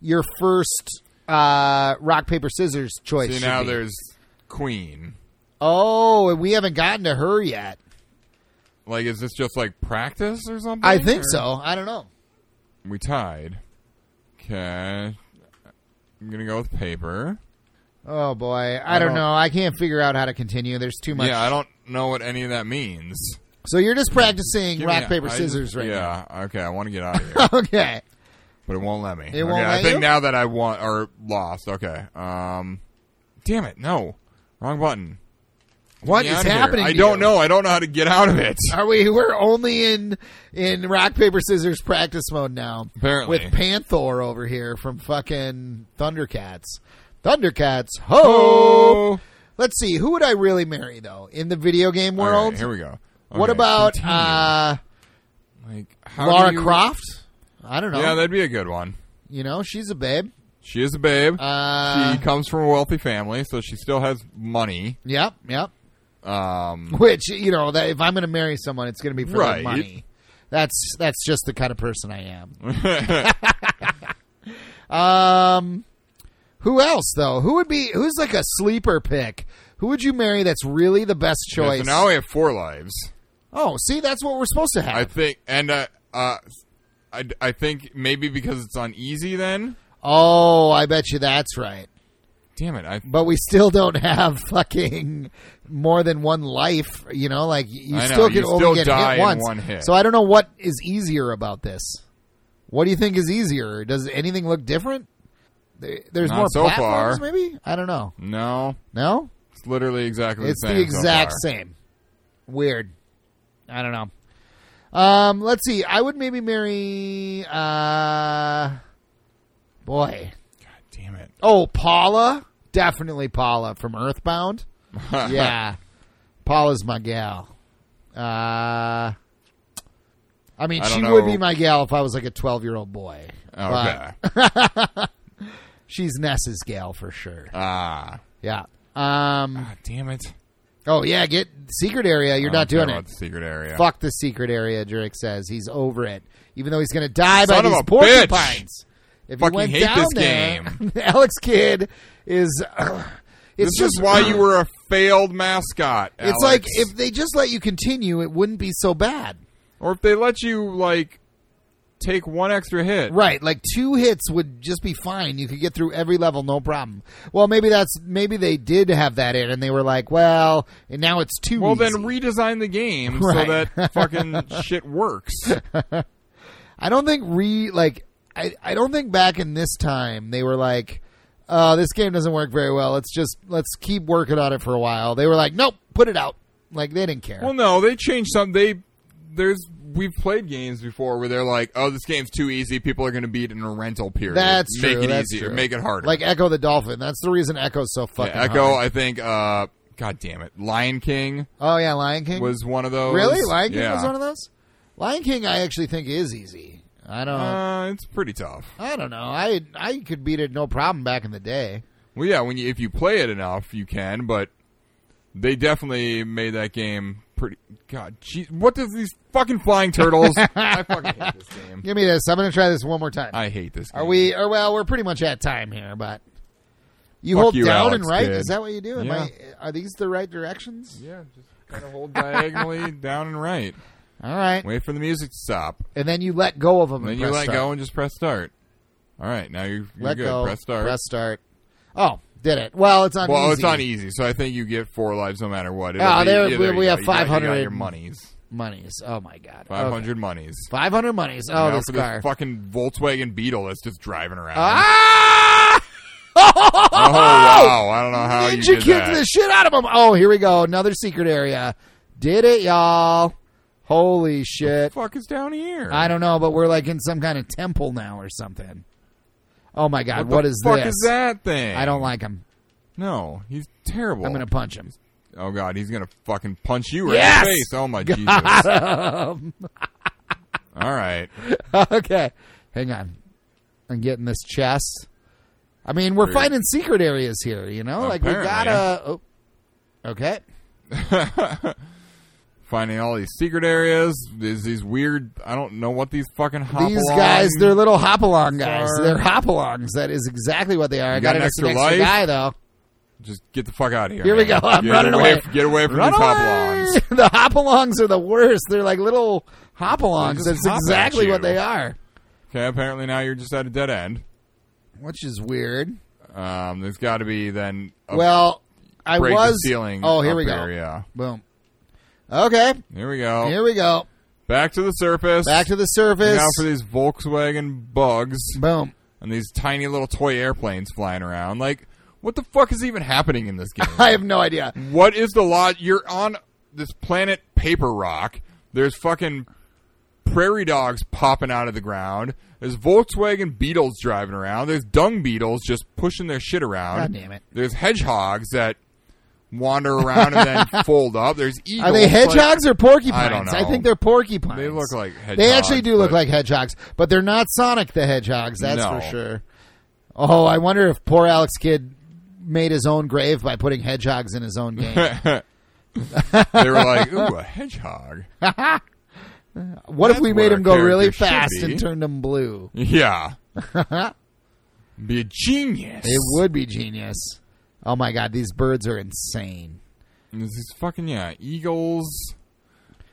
Speaker 1: your first uh, rock paper scissors choice.
Speaker 2: See,
Speaker 1: should
Speaker 2: now
Speaker 1: be.
Speaker 2: there's Queen.
Speaker 1: oh, and we haven't gotten to her yet.
Speaker 2: Like, is this just like practice or something?
Speaker 1: I think
Speaker 2: or-
Speaker 1: so. I don't know.
Speaker 2: We tied. Okay. I'm gonna go with paper.
Speaker 1: Oh boy, I, don't,
Speaker 2: don't-
Speaker 1: know. I can't figure out how to continue. There's too much.
Speaker 2: Yeah, I don't know what any of that means.
Speaker 1: so you're just practicing
Speaker 2: Give me
Speaker 1: rock
Speaker 2: a-
Speaker 1: paper
Speaker 2: I-
Speaker 1: scissors right now.
Speaker 2: Yeah. Okay, I want to get out of here,
Speaker 1: Okay.
Speaker 2: but it won't let me.
Speaker 1: It won't
Speaker 2: Okay, I
Speaker 1: let
Speaker 2: think
Speaker 1: you?
Speaker 2: now that I want or lost. Okay. Um. Damn it! No, wrong button.
Speaker 1: What
Speaker 2: Get
Speaker 1: is
Speaker 2: out of here.
Speaker 1: happening?
Speaker 2: I
Speaker 1: to
Speaker 2: don't
Speaker 1: you?
Speaker 2: know. I don't know how to get out of it.
Speaker 1: Are we? We're only in in rock paper scissors practice mode now.
Speaker 2: Apparently.
Speaker 1: with Panther over here from fucking Thundercats. Thundercats, ho!
Speaker 2: All
Speaker 1: Let's see, who would I really marry though in the video game
Speaker 2: right,
Speaker 1: world?
Speaker 2: here we go.
Speaker 1: what
Speaker 2: Okay,
Speaker 1: about
Speaker 2: continue.
Speaker 1: uh,
Speaker 2: like how do
Speaker 1: Laura
Speaker 2: you-
Speaker 1: Croft? I don't know.
Speaker 2: Yeah, that'd be a good one.
Speaker 1: you know, she's a babe.
Speaker 2: She is a babe.
Speaker 1: Uh,
Speaker 2: she comes from a wealthy family, so she still has money.
Speaker 1: yep, yep.
Speaker 2: Um,
Speaker 1: Which you know that if I'm going to marry someone, it's going to be for their
Speaker 2: Right.
Speaker 1: money. That's that's just the kind of person I am. um, who else though? Who would be who's like a sleeper pick? Who would you marry? That's really the best
Speaker 2: yeah,
Speaker 1: choice.
Speaker 2: so now we have four lives.
Speaker 1: oh, see, that's what we're supposed to have.
Speaker 2: I think, and uh, uh, I, I think maybe because it's on easy. Then,
Speaker 1: oh, I bet you that's right.
Speaker 2: damn it, I
Speaker 1: But we still don't have fucking more than one life. You know, like you
Speaker 2: I know,
Speaker 1: still
Speaker 2: you
Speaker 1: can only
Speaker 2: still
Speaker 1: get
Speaker 2: die
Speaker 1: hit
Speaker 2: in
Speaker 1: once.
Speaker 2: one hit.
Speaker 1: So I don't know what is easier about this. What do you think is easier? Does anything look different? There- There's
Speaker 2: Not
Speaker 1: more
Speaker 2: so far.
Speaker 1: platforms, maybe. I don't know.
Speaker 2: no.
Speaker 1: No,
Speaker 2: It's literally exactly
Speaker 1: it's
Speaker 2: the
Speaker 1: the
Speaker 2: same. so
Speaker 1: exact
Speaker 2: far.
Speaker 1: same. Weird. I don't know. Um, let's see. I would maybe marry. Uh, boy.
Speaker 2: God damn it.
Speaker 1: Oh, Paula. Definitely Paula from Earthbound. Yeah, Paula's my gal. Uh, I mean,
Speaker 2: I
Speaker 1: she
Speaker 2: don't
Speaker 1: would
Speaker 2: know.
Speaker 1: be my gal if I was like a twelve-year-old boy. But
Speaker 2: Okay.
Speaker 1: she's Ness's gal for sure.
Speaker 2: Ah.
Speaker 1: Yeah. Um.
Speaker 2: God damn it.
Speaker 1: Oh yeah. Get secret area. You're
Speaker 2: I
Speaker 1: not
Speaker 2: don't care
Speaker 1: doing
Speaker 2: about
Speaker 1: it.
Speaker 2: the secret area.
Speaker 1: Fuck the secret area, Jurek says. He's over it. Even though he's going to die by
Speaker 2: Son of
Speaker 1: these
Speaker 2: a
Speaker 1: porcupines. If
Speaker 2: Fucking
Speaker 1: you went
Speaker 2: hate
Speaker 1: down
Speaker 2: this
Speaker 1: there,
Speaker 2: game.
Speaker 1: Alex Kidd is. it's
Speaker 2: This
Speaker 1: just
Speaker 2: is why you were a failed mascot.
Speaker 1: It's
Speaker 2: Alex.
Speaker 1: like if they just let you continue, it wouldn't be so bad.
Speaker 2: or if they let you like take one extra hit.
Speaker 1: Right, like two hits would just be fine. You could get through every level, no problem. Well, maybe that's maybe they did have that in, and they were like, "Well," and now it's two.
Speaker 2: Well, then redesign the game
Speaker 1: Right.
Speaker 2: so that fucking shit works.
Speaker 1: I don't think re like I I don't think back in this time they were like, "Uh, this game doesn't work very well. Let's just let's keep working on it for a while." They were like, "Nope, put it out." Like they didn't care.
Speaker 2: Well, no, they changed some. They there's we've played games before where they're like, oh, this game's too easy. People are going to beat it in a rental period.
Speaker 1: that's
Speaker 2: make
Speaker 1: true.
Speaker 2: it
Speaker 1: that's
Speaker 2: easier.
Speaker 1: true.
Speaker 2: Make it harder.
Speaker 1: Like Echo the Dolphin. That's the reason Echo's so fucking
Speaker 2: Yeah, Echo,
Speaker 1: hard.
Speaker 2: I think. uh God damn it, Lion King
Speaker 1: Oh yeah, Lion King
Speaker 2: was one of those.
Speaker 1: Really, Lion King
Speaker 2: yeah.
Speaker 1: was one of those. Lion King, I actually think is easy. I don't.
Speaker 2: Uh, it's pretty tough.
Speaker 1: I don't know. I I could beat it no problem back in the day.
Speaker 2: Well, yeah, when you if you play it enough, you can. But they definitely made that game pretty. God, gee, what does these fucking flying turtles? I fucking hate this game.
Speaker 1: Give me this. I'm going to try this one more time.
Speaker 2: I hate this. Game.
Speaker 1: Are we? Or well, we're pretty much at time here, but you
Speaker 2: Fuck
Speaker 1: hold
Speaker 2: you,
Speaker 1: down
Speaker 2: Alex,
Speaker 1: and right.
Speaker 2: kid.
Speaker 1: Is that what you do? Am
Speaker 2: Yeah.
Speaker 1: I, are these the right directions?
Speaker 2: Yeah, just kind of hold diagonally down and right.
Speaker 1: All right,
Speaker 2: Wait for the music to stop,
Speaker 1: and then you let go of them.
Speaker 2: and then
Speaker 1: and
Speaker 2: you
Speaker 1: press
Speaker 2: let
Speaker 1: start.
Speaker 2: go and just press start. All right, now you're, you're
Speaker 1: Let
Speaker 2: good.
Speaker 1: go.
Speaker 2: Press start.
Speaker 1: Press start. Oh, did it? Well, it's on.
Speaker 2: well,
Speaker 1: easy.
Speaker 2: it's on e- easy, so I think you get four lives no matter what. It'll
Speaker 1: Ah,
Speaker 2: be-
Speaker 1: there-
Speaker 2: yeah,
Speaker 1: we-
Speaker 2: you
Speaker 1: we
Speaker 2: go.
Speaker 1: have
Speaker 2: You got- you got
Speaker 1: 500
Speaker 2: your monies.
Speaker 1: monies. Oh my god.
Speaker 2: Five hundred monies.
Speaker 1: Five hundred monies. Oh,
Speaker 2: Now
Speaker 1: this
Speaker 2: for
Speaker 1: car.
Speaker 2: this fucking Volkswagen Beetle that's just driving around.
Speaker 1: ah!
Speaker 2: Oh wow! I don't know how
Speaker 1: Ninja
Speaker 2: you did
Speaker 1: kicked
Speaker 2: that.
Speaker 1: the shit out of him. Oh, here we go. Another secret area. Did it, y'all. Holy shit.
Speaker 2: fuck is down here?
Speaker 1: I don't know, but we're like in some kind of temple now or something. Oh my god,
Speaker 2: the
Speaker 1: what is
Speaker 2: fuck
Speaker 1: this?
Speaker 2: is that thing?
Speaker 1: I don't like him.
Speaker 2: No, he's terrible.
Speaker 1: I'm gonna punch him.
Speaker 2: oh god, he's gonna fucking punch you right
Speaker 1: Yes!
Speaker 2: in the face. Oh my Jesus! All right,
Speaker 1: okay. Hang on. I'm getting this chest. I mean, we're
Speaker 2: Weird.
Speaker 1: finding secret areas here, you know? Like we
Speaker 2: Apparently.
Speaker 1: gotta oh, Okay.
Speaker 2: Finding all these secret areas, these, these weird. I don't know what these fucking hop
Speaker 1: These guys, they're little hopalong guys.
Speaker 2: Are-
Speaker 1: They're hopalongs. That is exactly what they are. I
Speaker 2: got
Speaker 1: got,
Speaker 2: an
Speaker 1: an extra,
Speaker 2: extra
Speaker 1: extra
Speaker 2: life?
Speaker 1: guy though.
Speaker 2: just get the fuck out of here.
Speaker 1: Here we
Speaker 2: man.
Speaker 1: go. I'm
Speaker 2: Get
Speaker 1: running away.
Speaker 2: Get away from
Speaker 1: Run
Speaker 2: these
Speaker 1: away!
Speaker 2: hopalongs.
Speaker 1: the hopalongs are the worst. They're like little hopalongs.
Speaker 2: just
Speaker 1: That's
Speaker 2: hop at
Speaker 1: exactly
Speaker 2: you.
Speaker 1: what they are.
Speaker 2: Okay, apparently now you're just at a dead end.
Speaker 1: Which is weird.
Speaker 2: Um, there's got to be then. oh, A
Speaker 1: well, I
Speaker 2: break
Speaker 1: was.
Speaker 2: the ceiling.
Speaker 1: oh, here
Speaker 2: up
Speaker 1: we go.
Speaker 2: yeah,
Speaker 1: Boom. Okay.
Speaker 2: here we go.
Speaker 1: Here we go.
Speaker 2: Back to the surface.
Speaker 1: Back to the surface.
Speaker 2: now for these Volkswagen bugs
Speaker 1: Boom.
Speaker 2: and these tiny little toy airplanes flying around. Like, what the fuck is even happening in this game?
Speaker 1: I have no idea.
Speaker 2: what is the lot? You're on this planet Paper Rock. There's fucking prairie dogs popping out of the ground. There's Volkswagen beetles driving around. There's dung beetles just pushing their shit around.
Speaker 1: God damn it.
Speaker 2: There's hedgehogs that wander around and then fold up. There's eagles.
Speaker 1: Are they
Speaker 2: Like,
Speaker 1: hedgehogs or porcupines?
Speaker 2: I don't know.
Speaker 1: think they're porcupines.
Speaker 2: They look like
Speaker 1: They
Speaker 2: hedgehogs,
Speaker 1: actually do look
Speaker 2: but-
Speaker 1: like hedgehogs, but they're not Sonic the Hedgehogs. That's
Speaker 2: No.
Speaker 1: for sure. Oh, I wonder if poor Alex Kidd made his own grave by putting hedgehogs in his own game.
Speaker 2: they were like, ooh, a hedgehog.
Speaker 1: what if
Speaker 2: That's
Speaker 1: we made
Speaker 2: where
Speaker 1: him go
Speaker 2: a
Speaker 1: really
Speaker 2: character should
Speaker 1: fast
Speaker 2: be.
Speaker 1: and turned him blue?
Speaker 2: Yeah. Be a genius.
Speaker 1: It would be genius. Oh my god, these birds are insane.
Speaker 2: And There's these fucking yeah eagles,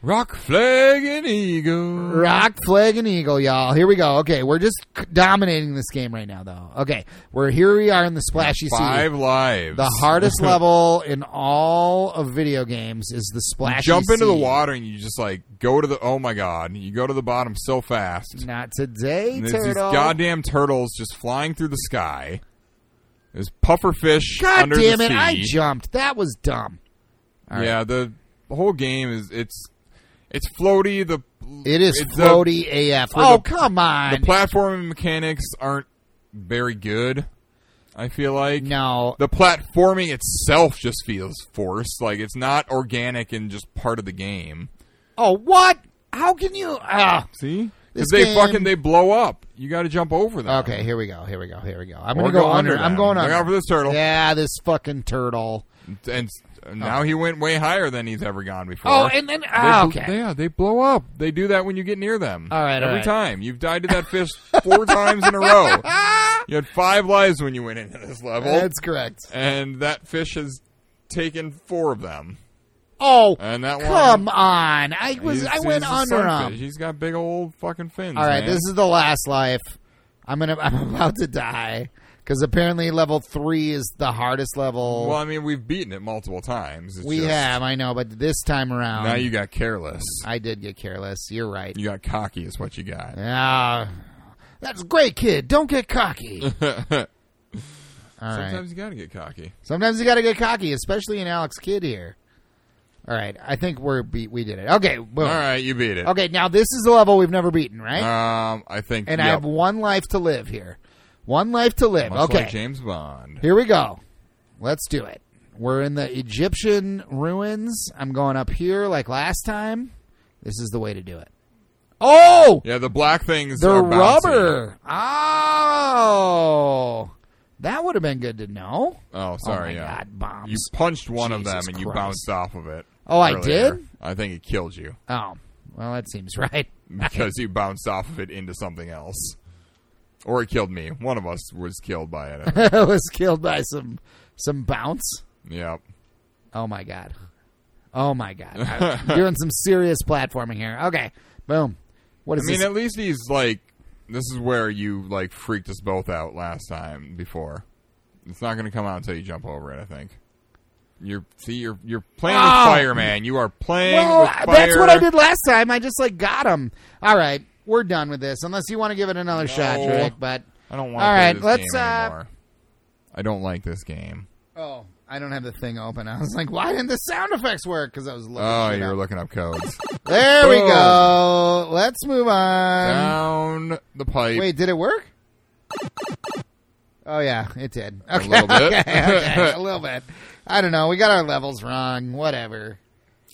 Speaker 2: rock flag and eagle.
Speaker 1: Rock, flag, and eagle, y'all. Here we go. Okay, we're just c- dominating this game right now, though. Okay, we're here. We are in the splashy sea.
Speaker 2: Five lives.
Speaker 1: The hardest level in all of video games is the splash.
Speaker 2: Jump into the water and you just like go to the oh my god! You go to the bottom so fast.
Speaker 1: Not today,
Speaker 2: And there's these
Speaker 1: turtle.
Speaker 2: goddamn turtles just flying through the sky. There's puffer fish
Speaker 1: God
Speaker 2: under
Speaker 1: damn
Speaker 2: the
Speaker 1: it!
Speaker 2: sea.
Speaker 1: I jumped. That was dumb. right.
Speaker 2: Yeah, the whole game is it's it's floaty. The
Speaker 1: It is
Speaker 2: it's a-
Speaker 1: floaty AF.
Speaker 2: for
Speaker 1: Oh
Speaker 2: the-
Speaker 1: come
Speaker 2: the
Speaker 1: on!
Speaker 2: platforming mechanics aren't very good. I feel like
Speaker 1: no,
Speaker 2: the platforming itself just feels forced. Like it's not organic and just part of the game.
Speaker 1: Oh, what? How can you? Ah.
Speaker 2: See, because
Speaker 1: This
Speaker 2: they
Speaker 1: game-
Speaker 2: fucking they blow up. You got to jump over them.
Speaker 1: Okay, here we go. Here we go. Here we go. I'm
Speaker 2: Or
Speaker 1: gonna go, under.
Speaker 2: them.
Speaker 1: I'm going
Speaker 2: Look
Speaker 1: under.
Speaker 2: out for this turtle.
Speaker 1: Yeah, this fucking turtle.
Speaker 2: And s- now he went way higher than he's ever gone before.
Speaker 1: Oh, and then
Speaker 2: They
Speaker 1: ah,
Speaker 2: bl-
Speaker 1: okay.
Speaker 2: Yeah, they blow up. They do that when you get near them.
Speaker 1: All right, all
Speaker 2: every
Speaker 1: right.
Speaker 2: time you've died to that fish four times in a row. You had five lives when you went into this level,
Speaker 1: That's correct.
Speaker 2: and that fish has taken four of them.
Speaker 1: Oh,
Speaker 2: And that
Speaker 1: come
Speaker 2: one,
Speaker 1: on! I was
Speaker 2: he's-
Speaker 1: I
Speaker 2: he's
Speaker 1: went
Speaker 2: a
Speaker 1: under
Speaker 2: sunfish.
Speaker 1: him.
Speaker 2: He's got big old fucking fins.
Speaker 1: All right,
Speaker 2: man.
Speaker 1: this is the last life. I'm gonna. I'm about to die because apparently level three is the hardest level.
Speaker 2: Well, I mean, we've beaten it multiple times. It's
Speaker 1: we
Speaker 2: just-
Speaker 1: have, I know, but this time around,
Speaker 2: Now you got careless.
Speaker 1: I did get careless. You're right.
Speaker 2: You got cocky, is what you got.
Speaker 1: Ah, that's great, kid. Don't get cocky. All right.
Speaker 2: Sometimes you got to get cocky.
Speaker 1: Sometimes you got to get cocky, especially in Alex Kidd here. All right, I think we're beat. We did it. Okay,
Speaker 2: All
Speaker 1: boom.
Speaker 2: right, you beat it.
Speaker 1: Okay, now this is the level we've never beaten, right?
Speaker 2: Um, I think.
Speaker 1: and I
Speaker 2: yep.
Speaker 1: have one life to live here. One life to live.
Speaker 2: Much
Speaker 1: okay,
Speaker 2: like James Bond.
Speaker 1: here we go. Let's do it. We're in the Egyptian ruins. I'm going up here like last time. This is the way to do it. Oh,
Speaker 2: Yeah, the black things.
Speaker 1: the
Speaker 2: are bouncy.
Speaker 1: rubber. Oh, that would have been good to know.
Speaker 2: Oh, sorry.
Speaker 1: oh my
Speaker 2: yeah.
Speaker 1: God, bombs.
Speaker 2: You punched one of them
Speaker 1: Jesus
Speaker 2: and you
Speaker 1: Christ.
Speaker 2: bounced off of it.
Speaker 1: Oh, I
Speaker 2: earlier.
Speaker 1: did?
Speaker 2: I think it killed you
Speaker 1: Oh, well, that seems right.
Speaker 2: because you bounced off of it into something else, or it killed me. One of us was killed by it.
Speaker 1: was killed by some some bounce.
Speaker 2: yep.
Speaker 1: Oh my god. Oh my god. I'm doing some serious platforming here. Okay. Boom. What is
Speaker 2: I mean,
Speaker 1: this?
Speaker 2: at least he's like. This is where you like freaked us both out last time. Before, it's not going to come out until you jump over it. I think. You're see, you're you're playing
Speaker 1: Oh.
Speaker 2: with fire, man. You are playing
Speaker 1: well,
Speaker 2: with fire.
Speaker 1: that's what I did last time. I just like got him. All right. We're done with this unless you want to give it another shot,
Speaker 2: No.
Speaker 1: Rick, but
Speaker 2: I don't want. to
Speaker 1: All
Speaker 2: play
Speaker 1: right,
Speaker 2: this
Speaker 1: let's,
Speaker 2: game
Speaker 1: uh,
Speaker 2: anymore. I don't like this game.
Speaker 1: oh, I don't have the thing open. I was like, why didn't the sound effects work? Because I was looking.
Speaker 2: Oh,
Speaker 1: shit
Speaker 2: you were
Speaker 1: up.
Speaker 2: looking up codes
Speaker 1: There we
Speaker 2: Boom.
Speaker 1: go. Let's move on.
Speaker 2: down the pipe.
Speaker 1: Um, Wait, did it work? Oh yeah, it did. Okay,
Speaker 2: little bit.
Speaker 1: okay, okay, a little bit. I don't know. We got our levels wrong. Whatever.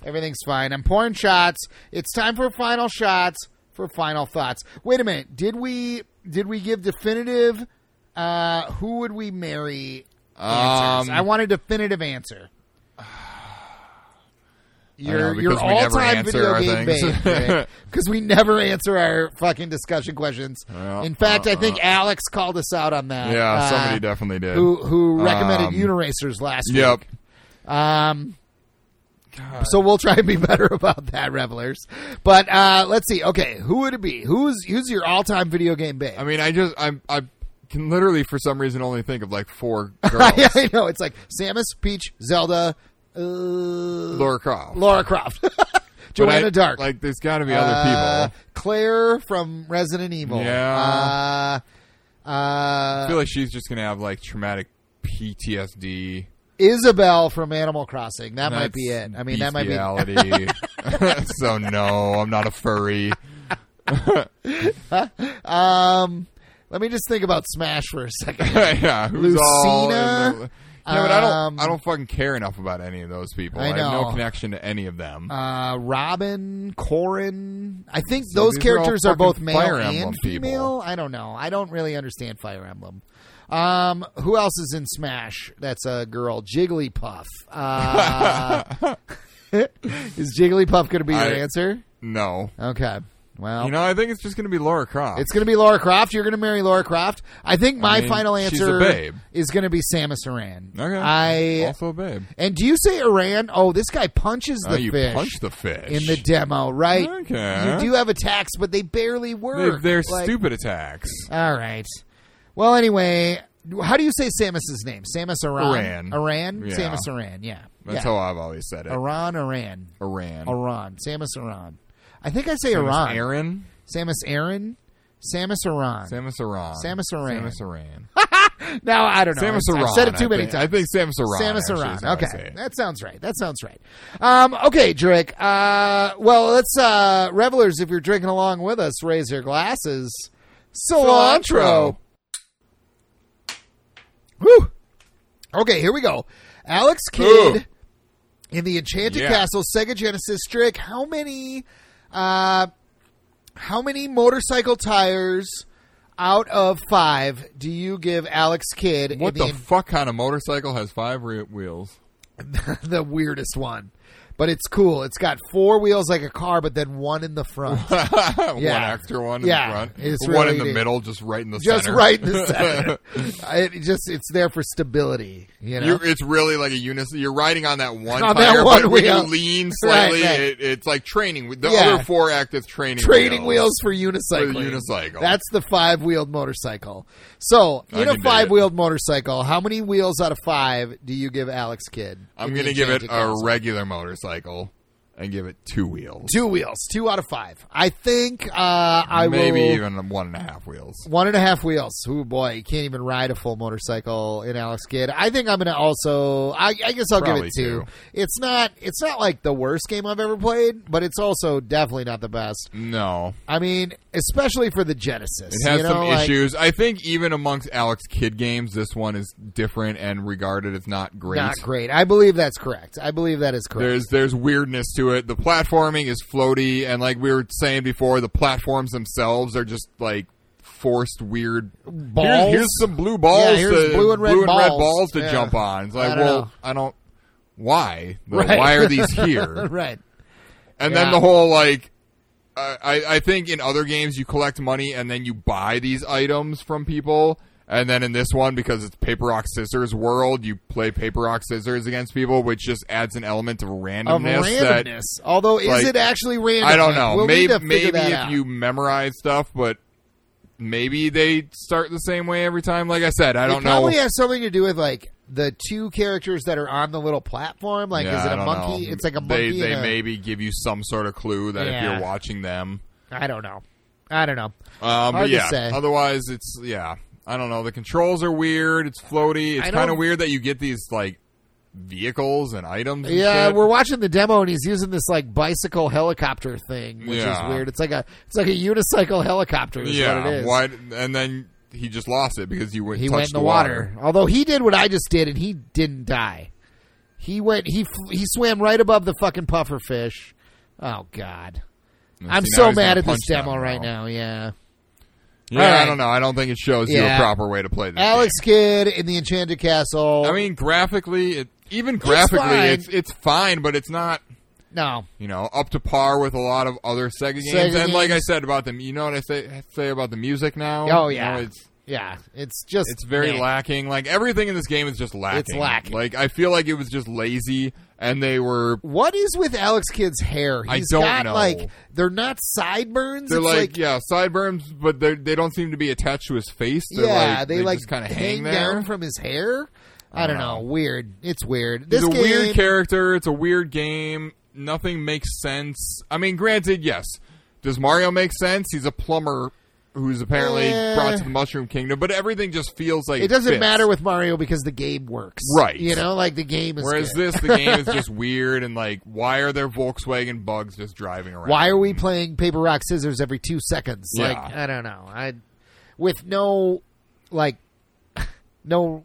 Speaker 1: Everything's fine. I'm pouring shots. It's time for final shots for final thoughts. Wait a minute. Did we did we give definitive? Uh, who would we marry? Answers.
Speaker 2: Um,
Speaker 1: I want a definitive answer. Your,
Speaker 2: I know,
Speaker 1: your
Speaker 2: because we never
Speaker 1: all-time
Speaker 2: answer
Speaker 1: video
Speaker 2: our
Speaker 1: game
Speaker 2: things.
Speaker 1: babe, because we never answer our fucking discussion questions.
Speaker 2: Yeah,
Speaker 1: In fact,
Speaker 2: uh,
Speaker 1: I think Alex called us out on that.
Speaker 2: Yeah,
Speaker 1: uh,
Speaker 2: somebody definitely did.
Speaker 1: who who recommended
Speaker 2: Um,
Speaker 1: Uniracers last
Speaker 2: yep.
Speaker 1: week. Um, so we'll try and be better about that, revelers. But uh, let's see. Okay, who would it be? Who's who's your all-time video game babe?
Speaker 2: I mean, I just I I can literally for some reason only think of like four girls.
Speaker 1: I, know it's like Samus, Peach, Zelda, uh, Laura,
Speaker 2: Laura Croft,
Speaker 1: Croft,
Speaker 2: But I-
Speaker 1: Joanna Dark,
Speaker 2: Like, there's got to be
Speaker 1: uh,
Speaker 2: other people.
Speaker 1: Claire from Resident Evil.
Speaker 2: Yeah.
Speaker 1: Uh, uh,
Speaker 2: I feel like she's just gonna have like traumatic PTSD.
Speaker 1: Isabel from Animal Crossing. That might
Speaker 2: That's
Speaker 1: be it. I mean, that might be
Speaker 2: bestiality. so no, I'm not a furry.
Speaker 1: Um, let me just think about Smash for a second.
Speaker 2: yeah, who's all in
Speaker 1: Lucina?
Speaker 2: the- yeah, but I
Speaker 1: Um,
Speaker 2: don't. I don't fucking care enough about any of those people.
Speaker 1: I
Speaker 2: I, have
Speaker 1: know.
Speaker 2: no connection to any of them.
Speaker 1: Uh, Robin, Corin. I think
Speaker 2: So
Speaker 1: those
Speaker 2: these are all
Speaker 1: characters are,
Speaker 2: fucking
Speaker 1: both male
Speaker 2: Fire Emblem
Speaker 1: and
Speaker 2: people.
Speaker 1: female. I don't know. I don't really understand Fire Emblem. Um, who else is in Smash? That's a girl, Jigglypuff. Uh, is Jigglypuff going to be your
Speaker 2: I-
Speaker 1: answer?
Speaker 2: no,
Speaker 1: Okay. Well,
Speaker 2: you know, I think it's just gonna be Laura Croft.
Speaker 1: it's going to be Laura Croft. You're going to marry Laura Croft. I think my
Speaker 2: mean,
Speaker 1: final
Speaker 2: she's
Speaker 1: answer
Speaker 2: a babe.
Speaker 1: is going to be Samus Aran.
Speaker 2: okay.
Speaker 1: I
Speaker 2: also a babe.
Speaker 1: and do you say Iran? Oh, this guy punches the
Speaker 2: oh, you
Speaker 1: fish
Speaker 2: punch the fish
Speaker 1: in the demo, right?
Speaker 2: Okay.
Speaker 1: You do have attacks, but they barely work.
Speaker 2: They, are
Speaker 1: Like-
Speaker 2: stupid attacks.
Speaker 1: All right. Well, anyway, how do you say Samus's name? Samus
Speaker 2: Aran.
Speaker 1: Aran. Aran.
Speaker 2: Yeah.
Speaker 1: Samus Aran. Yeah.
Speaker 2: That's
Speaker 1: yeah.
Speaker 2: how I've always said it.
Speaker 1: Aran. Aran.
Speaker 2: Iran.
Speaker 1: Aran. Samus Aran. I think I say
Speaker 2: Samus
Speaker 1: Aran.
Speaker 2: Aran.
Speaker 1: Samus Aran. Samus Aran.
Speaker 2: Samus Aran.
Speaker 1: Samus Aran.
Speaker 2: Samus Aran.
Speaker 1: no, I don't know.
Speaker 2: Samus
Speaker 1: I've-
Speaker 2: Aran.
Speaker 1: I've said it too
Speaker 2: I
Speaker 1: many
Speaker 2: think-
Speaker 1: times.
Speaker 2: I think Samus Aran.
Speaker 1: Samus
Speaker 2: actually
Speaker 1: Aran.
Speaker 2: is how I say
Speaker 1: Okay,
Speaker 2: it.
Speaker 1: that sounds right. That sounds right. Um, okay, Drake. Uh, well, let's uh, revelers. If you're drinking along with us, raise your glasses. Cilantro.
Speaker 2: Cilantro.
Speaker 1: Whew. Okay, here we go. Alex Kidd
Speaker 2: Ooh.
Speaker 1: in the Enchanted
Speaker 2: Yeah.
Speaker 1: Castle Sega Genesis. Drake, how many? Uh, how many motorcycle tires? Out of five, do you give Alex Kidd
Speaker 2: What
Speaker 1: in the,
Speaker 2: the fuck kind of motorcycle has five re- wheels?
Speaker 1: the weirdest one. But it's cool. It's got four wheels like a car, but then one in the front.
Speaker 2: one
Speaker 1: Yeah.
Speaker 2: extra one
Speaker 1: Yeah,
Speaker 2: in the front.
Speaker 1: it's
Speaker 2: one
Speaker 1: really
Speaker 2: in the
Speaker 1: neat.
Speaker 2: middle, just right in the
Speaker 1: just
Speaker 2: center.
Speaker 1: right in the center. it just it's there for stability, you know.
Speaker 2: You're, it's really like a unison. You're riding on that one
Speaker 1: On that
Speaker 2: tire,
Speaker 1: one
Speaker 2: but when
Speaker 1: wheel.
Speaker 2: you lean slightly,
Speaker 1: right.
Speaker 2: It, it's like training. The
Speaker 1: Yeah.
Speaker 2: other four act as training
Speaker 1: Trading wheels for unicycling.
Speaker 2: unicycle.
Speaker 1: That's the five wheeled motorcycle. So
Speaker 2: I
Speaker 1: in a
Speaker 2: can dig it.
Speaker 1: five wheeled motorcycle, how many wheels out of five do you give Alex Kidd?
Speaker 2: I'm
Speaker 1: in the
Speaker 2: going to give it
Speaker 1: Enchanted
Speaker 2: a
Speaker 1: Castle?
Speaker 2: regular motorcycle and give it two wheels.
Speaker 1: two wheels, two out of five. I think uh, I
Speaker 2: Maybe
Speaker 1: will
Speaker 2: even one and a half wheels.
Speaker 1: One and a half wheels. Oh boy, you can't even ride a full motorcycle in Alex Kidd. I think I'm gonna also. I, I guess I'll give
Speaker 2: Probably
Speaker 1: it two.
Speaker 2: two.
Speaker 1: It's not. It's not like the worst game I've ever played, but it's also definitely not the best.
Speaker 2: No.
Speaker 1: I mean, especially for the Genesis.
Speaker 2: It has
Speaker 1: you know,
Speaker 2: some
Speaker 1: like-
Speaker 2: issues. I think even amongst Alex Kidd games, this one is different and regarded as not great.
Speaker 1: Not great. I believe that's correct. I believe that is correct.
Speaker 2: There's there's weirdness to it. The platforming is floaty, and like we were saying before, the platforms themselves are just like forced weird
Speaker 1: Balls?
Speaker 2: Here's, here's some blue balls,
Speaker 1: Yeah, here's
Speaker 2: to,
Speaker 1: blue and red balls.
Speaker 2: balls to
Speaker 1: Yeah.
Speaker 2: jump on. It's like,
Speaker 1: I don't
Speaker 2: well,
Speaker 1: know.
Speaker 2: I don't. Why? Like,
Speaker 1: Right.
Speaker 2: Why are these here?
Speaker 1: right.
Speaker 2: And
Speaker 1: Yeah.
Speaker 2: then the whole like, I, I I think in other games you collect money and then you buy these items from people, and then in this one because it's paper rock scissors world, you play paper rock scissors against people, which just adds an element of randomness.
Speaker 1: Of
Speaker 2: that-
Speaker 1: randomness. Although, is
Speaker 2: like,
Speaker 1: it actually random?
Speaker 2: I don't
Speaker 1: Like,
Speaker 2: know.
Speaker 1: We'll need
Speaker 2: maybe
Speaker 1: to figure
Speaker 2: maybe
Speaker 1: that
Speaker 2: if
Speaker 1: out.
Speaker 2: you memorize stuff, but maybe they start the same way every time. Like I said, I
Speaker 1: It
Speaker 2: don't know.
Speaker 1: probably has something to do with like the two characters that are on the little platform. Like,
Speaker 2: Yeah,
Speaker 1: is it
Speaker 2: I
Speaker 1: a
Speaker 2: don't
Speaker 1: monkey?
Speaker 2: know.
Speaker 1: It's like a
Speaker 2: They,
Speaker 1: monkey.
Speaker 2: they
Speaker 1: and a-
Speaker 2: maybe give you some sort of clue that if
Speaker 1: Yeah.
Speaker 2: you're watching them.
Speaker 1: I don't know. I don't know.
Speaker 2: Um,
Speaker 1: Hard
Speaker 2: but
Speaker 1: to
Speaker 2: yeah,
Speaker 1: say.
Speaker 2: otherwise it's yeah. I don't know. The controls are weird. It's floaty.
Speaker 1: I
Speaker 2: It's
Speaker 1: don't-
Speaker 2: kind of weird that you get these like vehicles and items. And
Speaker 1: Yeah,
Speaker 2: shit.
Speaker 1: we're watching the demo and he's using this like bicycle helicopter thing, which
Speaker 2: Yeah.
Speaker 1: is weird. It's like a it's like a unicycle helicopter. Is
Speaker 2: yeah.
Speaker 1: what it is.
Speaker 2: Why? And then he just lost it because you went.
Speaker 1: he
Speaker 2: touched
Speaker 1: went in the water. Although he did what I just did, and he didn't die. He went. He f- he swam right above the fucking puffer fish. Oh God,
Speaker 2: And
Speaker 1: I'm
Speaker 2: see, now
Speaker 1: so
Speaker 2: he's gonna
Speaker 1: mad at this
Speaker 2: punch them
Speaker 1: demo right now. Yeah,
Speaker 2: Yeah,
Speaker 1: All right.
Speaker 2: I don't know. I don't think it shows you
Speaker 1: Yeah.
Speaker 2: a proper way to play this.
Speaker 1: Alex Kidd in the Enchanted Castle.
Speaker 2: game. I mean, graphically, it, even graphically,
Speaker 1: fine.
Speaker 2: it's it's fine, but it's not.
Speaker 1: No.
Speaker 2: you know, up to par with a lot of other Sega games. and like I
Speaker 1: games.
Speaker 2: said about them, you know what I say say about the music now.
Speaker 1: Oh
Speaker 2: You
Speaker 1: yeah.
Speaker 2: know, it's
Speaker 1: yeah. It's just
Speaker 2: it's very
Speaker 1: meh.
Speaker 2: lacking. Like everything in this game is just lacking.
Speaker 1: lacking.
Speaker 2: Like I feel like it was just lazy, and they were
Speaker 1: What is with Alex Kidd's hair?
Speaker 2: I
Speaker 1: He's
Speaker 2: don't
Speaker 1: got
Speaker 2: know.
Speaker 1: like they're not sideburns.
Speaker 2: they're
Speaker 1: it's
Speaker 2: like,
Speaker 1: like,
Speaker 2: yeah sideburns, but they they don't seem to be attached to his face. They're
Speaker 1: yeah,
Speaker 2: like,
Speaker 1: they, like
Speaker 2: kind of hang, there. Uh-huh.
Speaker 1: down from his hair. I don't know. Weird. It's weird.
Speaker 2: He's
Speaker 1: This
Speaker 2: a
Speaker 1: game,
Speaker 2: weird character. It's a weird game. Nothing makes sense. I mean, granted, yes. Does Mario make sense? He's a plumber who's apparently
Speaker 1: Eh.
Speaker 2: brought to the Mushroom Kingdom, but everything just feels like
Speaker 1: It doesn't
Speaker 2: fits.
Speaker 1: matter with Mario because the game works,
Speaker 2: Right.
Speaker 1: You know, like the game is.
Speaker 2: Whereas
Speaker 1: good.
Speaker 2: this, the game is just weird and like, why are there Volkswagen bugs just driving around?
Speaker 1: why are we playing paper rock scissors every two seconds?
Speaker 2: Yeah.
Speaker 1: Like I don't know. I with no like no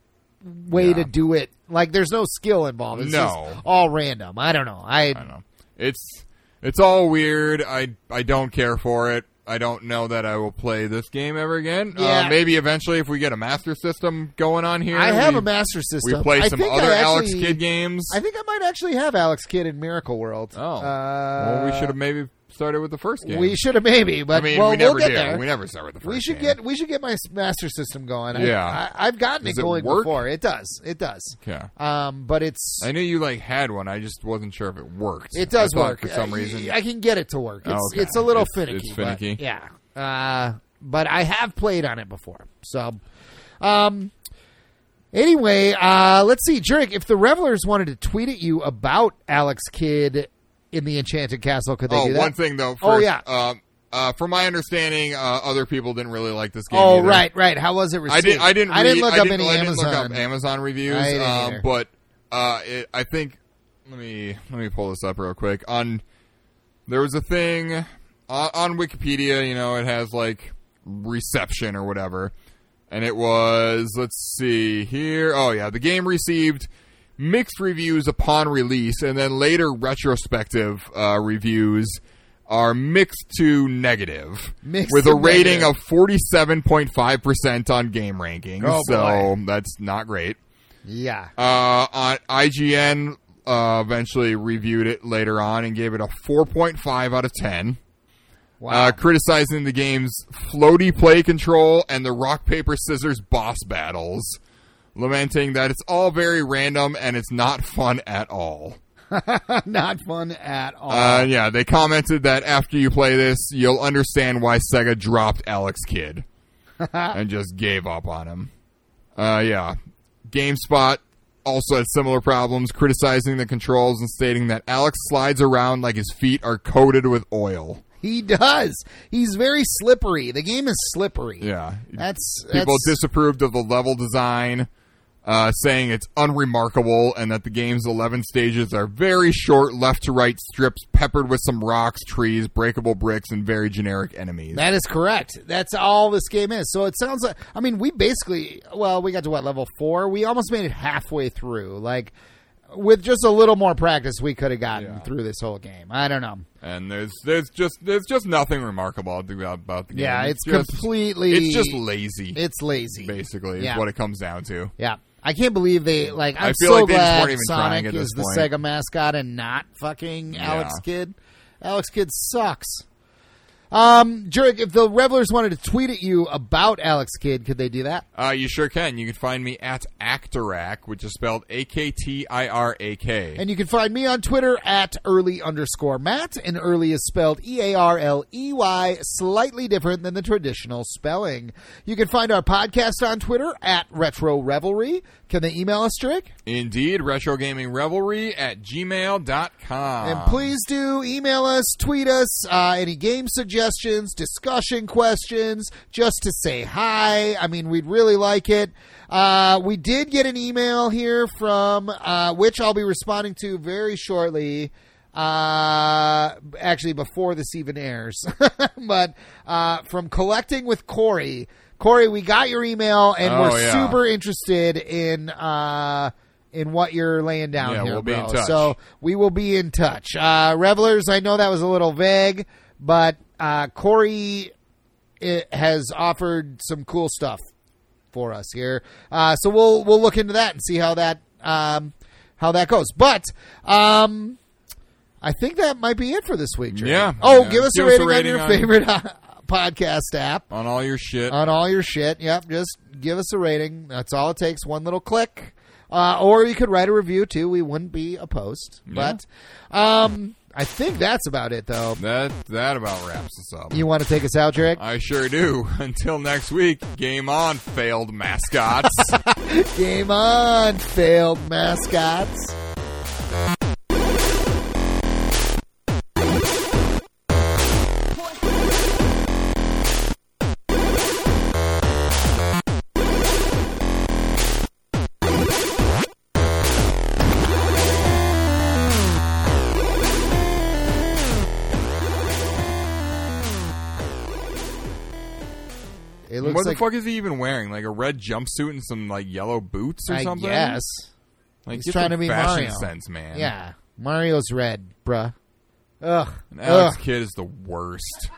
Speaker 1: way
Speaker 2: Yeah.
Speaker 1: to do it. Like there's no skill involved. It's
Speaker 2: No.
Speaker 1: just all random. I don't know. I,
Speaker 2: I don't know. It's it's all weird. I I don't care for it. I don't know that I will play this game ever again.
Speaker 1: Yeah.
Speaker 2: Uh, maybe eventually if we get a Master System going on here.
Speaker 1: I have
Speaker 2: we,
Speaker 1: a master system.
Speaker 2: We play
Speaker 1: I
Speaker 2: some
Speaker 1: think
Speaker 2: other
Speaker 1: I
Speaker 2: Alex
Speaker 1: actually-
Speaker 2: Kidd games.
Speaker 1: I think I might actually have Alex Kidd in Miracle World.
Speaker 2: Oh,
Speaker 1: Uh,
Speaker 2: well, we should have maybe started with the first game.
Speaker 1: We should have maybe, but
Speaker 2: I mean,
Speaker 1: well,
Speaker 2: we never
Speaker 1: we'll get
Speaker 2: do.
Speaker 1: there.
Speaker 2: We never start with the first.
Speaker 1: We should
Speaker 2: game.
Speaker 1: get we should get my s- master system going. I-
Speaker 2: Yeah.
Speaker 1: I, have gotten
Speaker 2: Does
Speaker 1: it
Speaker 2: it
Speaker 1: going
Speaker 2: work?
Speaker 1: before. It does. It does.
Speaker 2: Yeah,
Speaker 1: Um, but it's
Speaker 2: I knew you like had one. I just wasn't sure if it worked.
Speaker 1: it does
Speaker 2: I thought
Speaker 1: work
Speaker 2: for some
Speaker 1: Uh,
Speaker 2: reason.
Speaker 1: I can get it to work.
Speaker 2: Oh,
Speaker 1: It's
Speaker 2: okay.
Speaker 1: it's a little
Speaker 2: It's-
Speaker 1: finicky.
Speaker 2: it's finicky.
Speaker 1: But, yeah. Uh, but I have played on it before. So, um. Anyway, uh, let's see, Jurek. If the revelers wanted to tweet at you about Alex Kidd in the Enchanted Castle, could they
Speaker 2: oh,
Speaker 1: do that?
Speaker 2: one thing though. First,
Speaker 1: Oh, yeah.
Speaker 2: Um, uh, from my understanding, uh, other people didn't really like this game.
Speaker 1: Oh,
Speaker 2: either.
Speaker 1: right, right. How was it received?
Speaker 2: I didn't. I didn't.
Speaker 1: I didn't
Speaker 2: read-
Speaker 1: look
Speaker 2: I
Speaker 1: up
Speaker 2: didn't,
Speaker 1: any
Speaker 2: I didn't
Speaker 1: Amazon.
Speaker 2: look up Amazon reviews.
Speaker 1: I didn't
Speaker 2: um,
Speaker 1: either.
Speaker 2: but uh, it, I think. Let me let me pull this up real quick. On there was a thing on, on Wikipedia. You know, it has like reception or whatever, and it was. Let's see here. Oh yeah, the game received mixed reviews upon release, and then later retrospective uh, reviews. Are mixed to negative,
Speaker 1: Mixed
Speaker 2: with
Speaker 1: to
Speaker 2: a rating
Speaker 1: negative.
Speaker 2: of forty-seven point five percent on game rankings.
Speaker 1: Oh,
Speaker 2: so that's not great.
Speaker 1: Yeah.
Speaker 2: Uh, on IGN, uh, eventually reviewed it later on and gave it a four point five out of ten,
Speaker 1: Wow.
Speaker 2: uh, criticizing the game's floaty play control and the rock paper scissors boss battles, lamenting that it's all very random and it's not fun at all.
Speaker 1: Not fun at all.
Speaker 2: Uh, yeah, they commented that after you play this, you'll understand why Sega dropped Alex Kidd and just gave up on him. Uh, yeah, GameSpot also had similar problems, criticizing the controls and stating that Alex slides around like his feet are coated with oil.
Speaker 1: he does. He's very slippery. The game is slippery.
Speaker 2: Yeah,
Speaker 1: That's
Speaker 2: people
Speaker 1: that's,
Speaker 2: disapproved of the level design. Uh, saying it's unremarkable and that the game's 11 stages are very short left to right strips peppered with some rocks, trees, breakable bricks, and very generic enemies.
Speaker 1: that is correct. That's all this game is. So it sounds like I mean we basically well we got to what level four. We almost made it halfway through. Like with just a little more practice, we could have gotten
Speaker 2: Yeah.
Speaker 1: through this whole game. I don't know.
Speaker 2: and there's there's just there's just nothing remarkable about about the game.
Speaker 1: Yeah, it's,
Speaker 2: just,
Speaker 1: completely.
Speaker 2: it's just lazy.
Speaker 1: it's lazy.
Speaker 2: basically
Speaker 1: yeah.
Speaker 2: is what it comes down to.
Speaker 1: Yeah. I can't believe they like. I'm
Speaker 2: I feel
Speaker 1: so
Speaker 2: like they just
Speaker 1: glad
Speaker 2: weren't even
Speaker 1: Sonic
Speaker 2: trying at
Speaker 1: is
Speaker 2: this
Speaker 1: the
Speaker 2: point.
Speaker 1: Sega mascot and not fucking Alex
Speaker 2: Yeah.
Speaker 1: Kidd. Alex Kidd sucks. Um, Jurek, if the revelers wanted to tweet at you about Alex Kidd, could they do that?
Speaker 2: Uh, you sure can. You can find me at Actorac, which is spelled A K T I R A K.
Speaker 1: And you can find me on Twitter at early underscore Matt, and early is spelled E A R L E Y, slightly different than the traditional spelling. You can find our podcast on Twitter at Retro Revelry. Can they email us, Jurek?
Speaker 2: Indeed, retro gaming revelry at gmail.com.
Speaker 1: And please do email us, tweet us, uh, any game suggestions, discussion questions, just to say hi. I mean, we'd really like it. Uh, we did get an email here from, uh, which I'll be responding to very shortly. Uh, actually, before this even airs, but uh, from collecting with Corey. Corey, we got your email, and
Speaker 2: Oh,
Speaker 1: we're
Speaker 2: yeah.
Speaker 1: super interested in uh, in what you're laying down
Speaker 2: Yeah,
Speaker 1: here,
Speaker 2: we'll be in
Speaker 1: bro.
Speaker 2: touch.
Speaker 1: So we will be in touch. Uh, Revelers, I know that was a little vague, but uh, Corey eh, has offered some cool stuff for us here. Uh, so we'll we'll look into that and see how that um, how that goes. But um, I think that might be it for this week. Jerry.
Speaker 2: Yeah.
Speaker 1: Oh,
Speaker 2: Yeah.
Speaker 1: give us a rating, on your favorite uh, podcast app
Speaker 2: on all your shit.
Speaker 1: on all your shit. Yep, just give us a rating. That's all it takes. One little click, uh, or you could write a review too. We wouldn't be opposed. But um, I think that's about it, though.
Speaker 2: that that about wraps us up.
Speaker 1: You want to take us out, Jarek?
Speaker 2: I sure do. Until next week, game on, failed mascots.
Speaker 1: Game on, failed mascots. It looks
Speaker 2: what
Speaker 1: like
Speaker 2: the fuck is he even wearing? Like a red jumpsuit and some like yellow boots or
Speaker 1: I
Speaker 2: something?
Speaker 1: guess.
Speaker 2: Like
Speaker 1: He's
Speaker 2: get
Speaker 1: trying
Speaker 2: some
Speaker 1: to be
Speaker 2: fashion
Speaker 1: Mario.
Speaker 2: sense, man.
Speaker 1: Yeah, Mario's red, bruh. Ugh.
Speaker 2: And Alex
Speaker 1: Ugh.
Speaker 2: Kidd is the worst.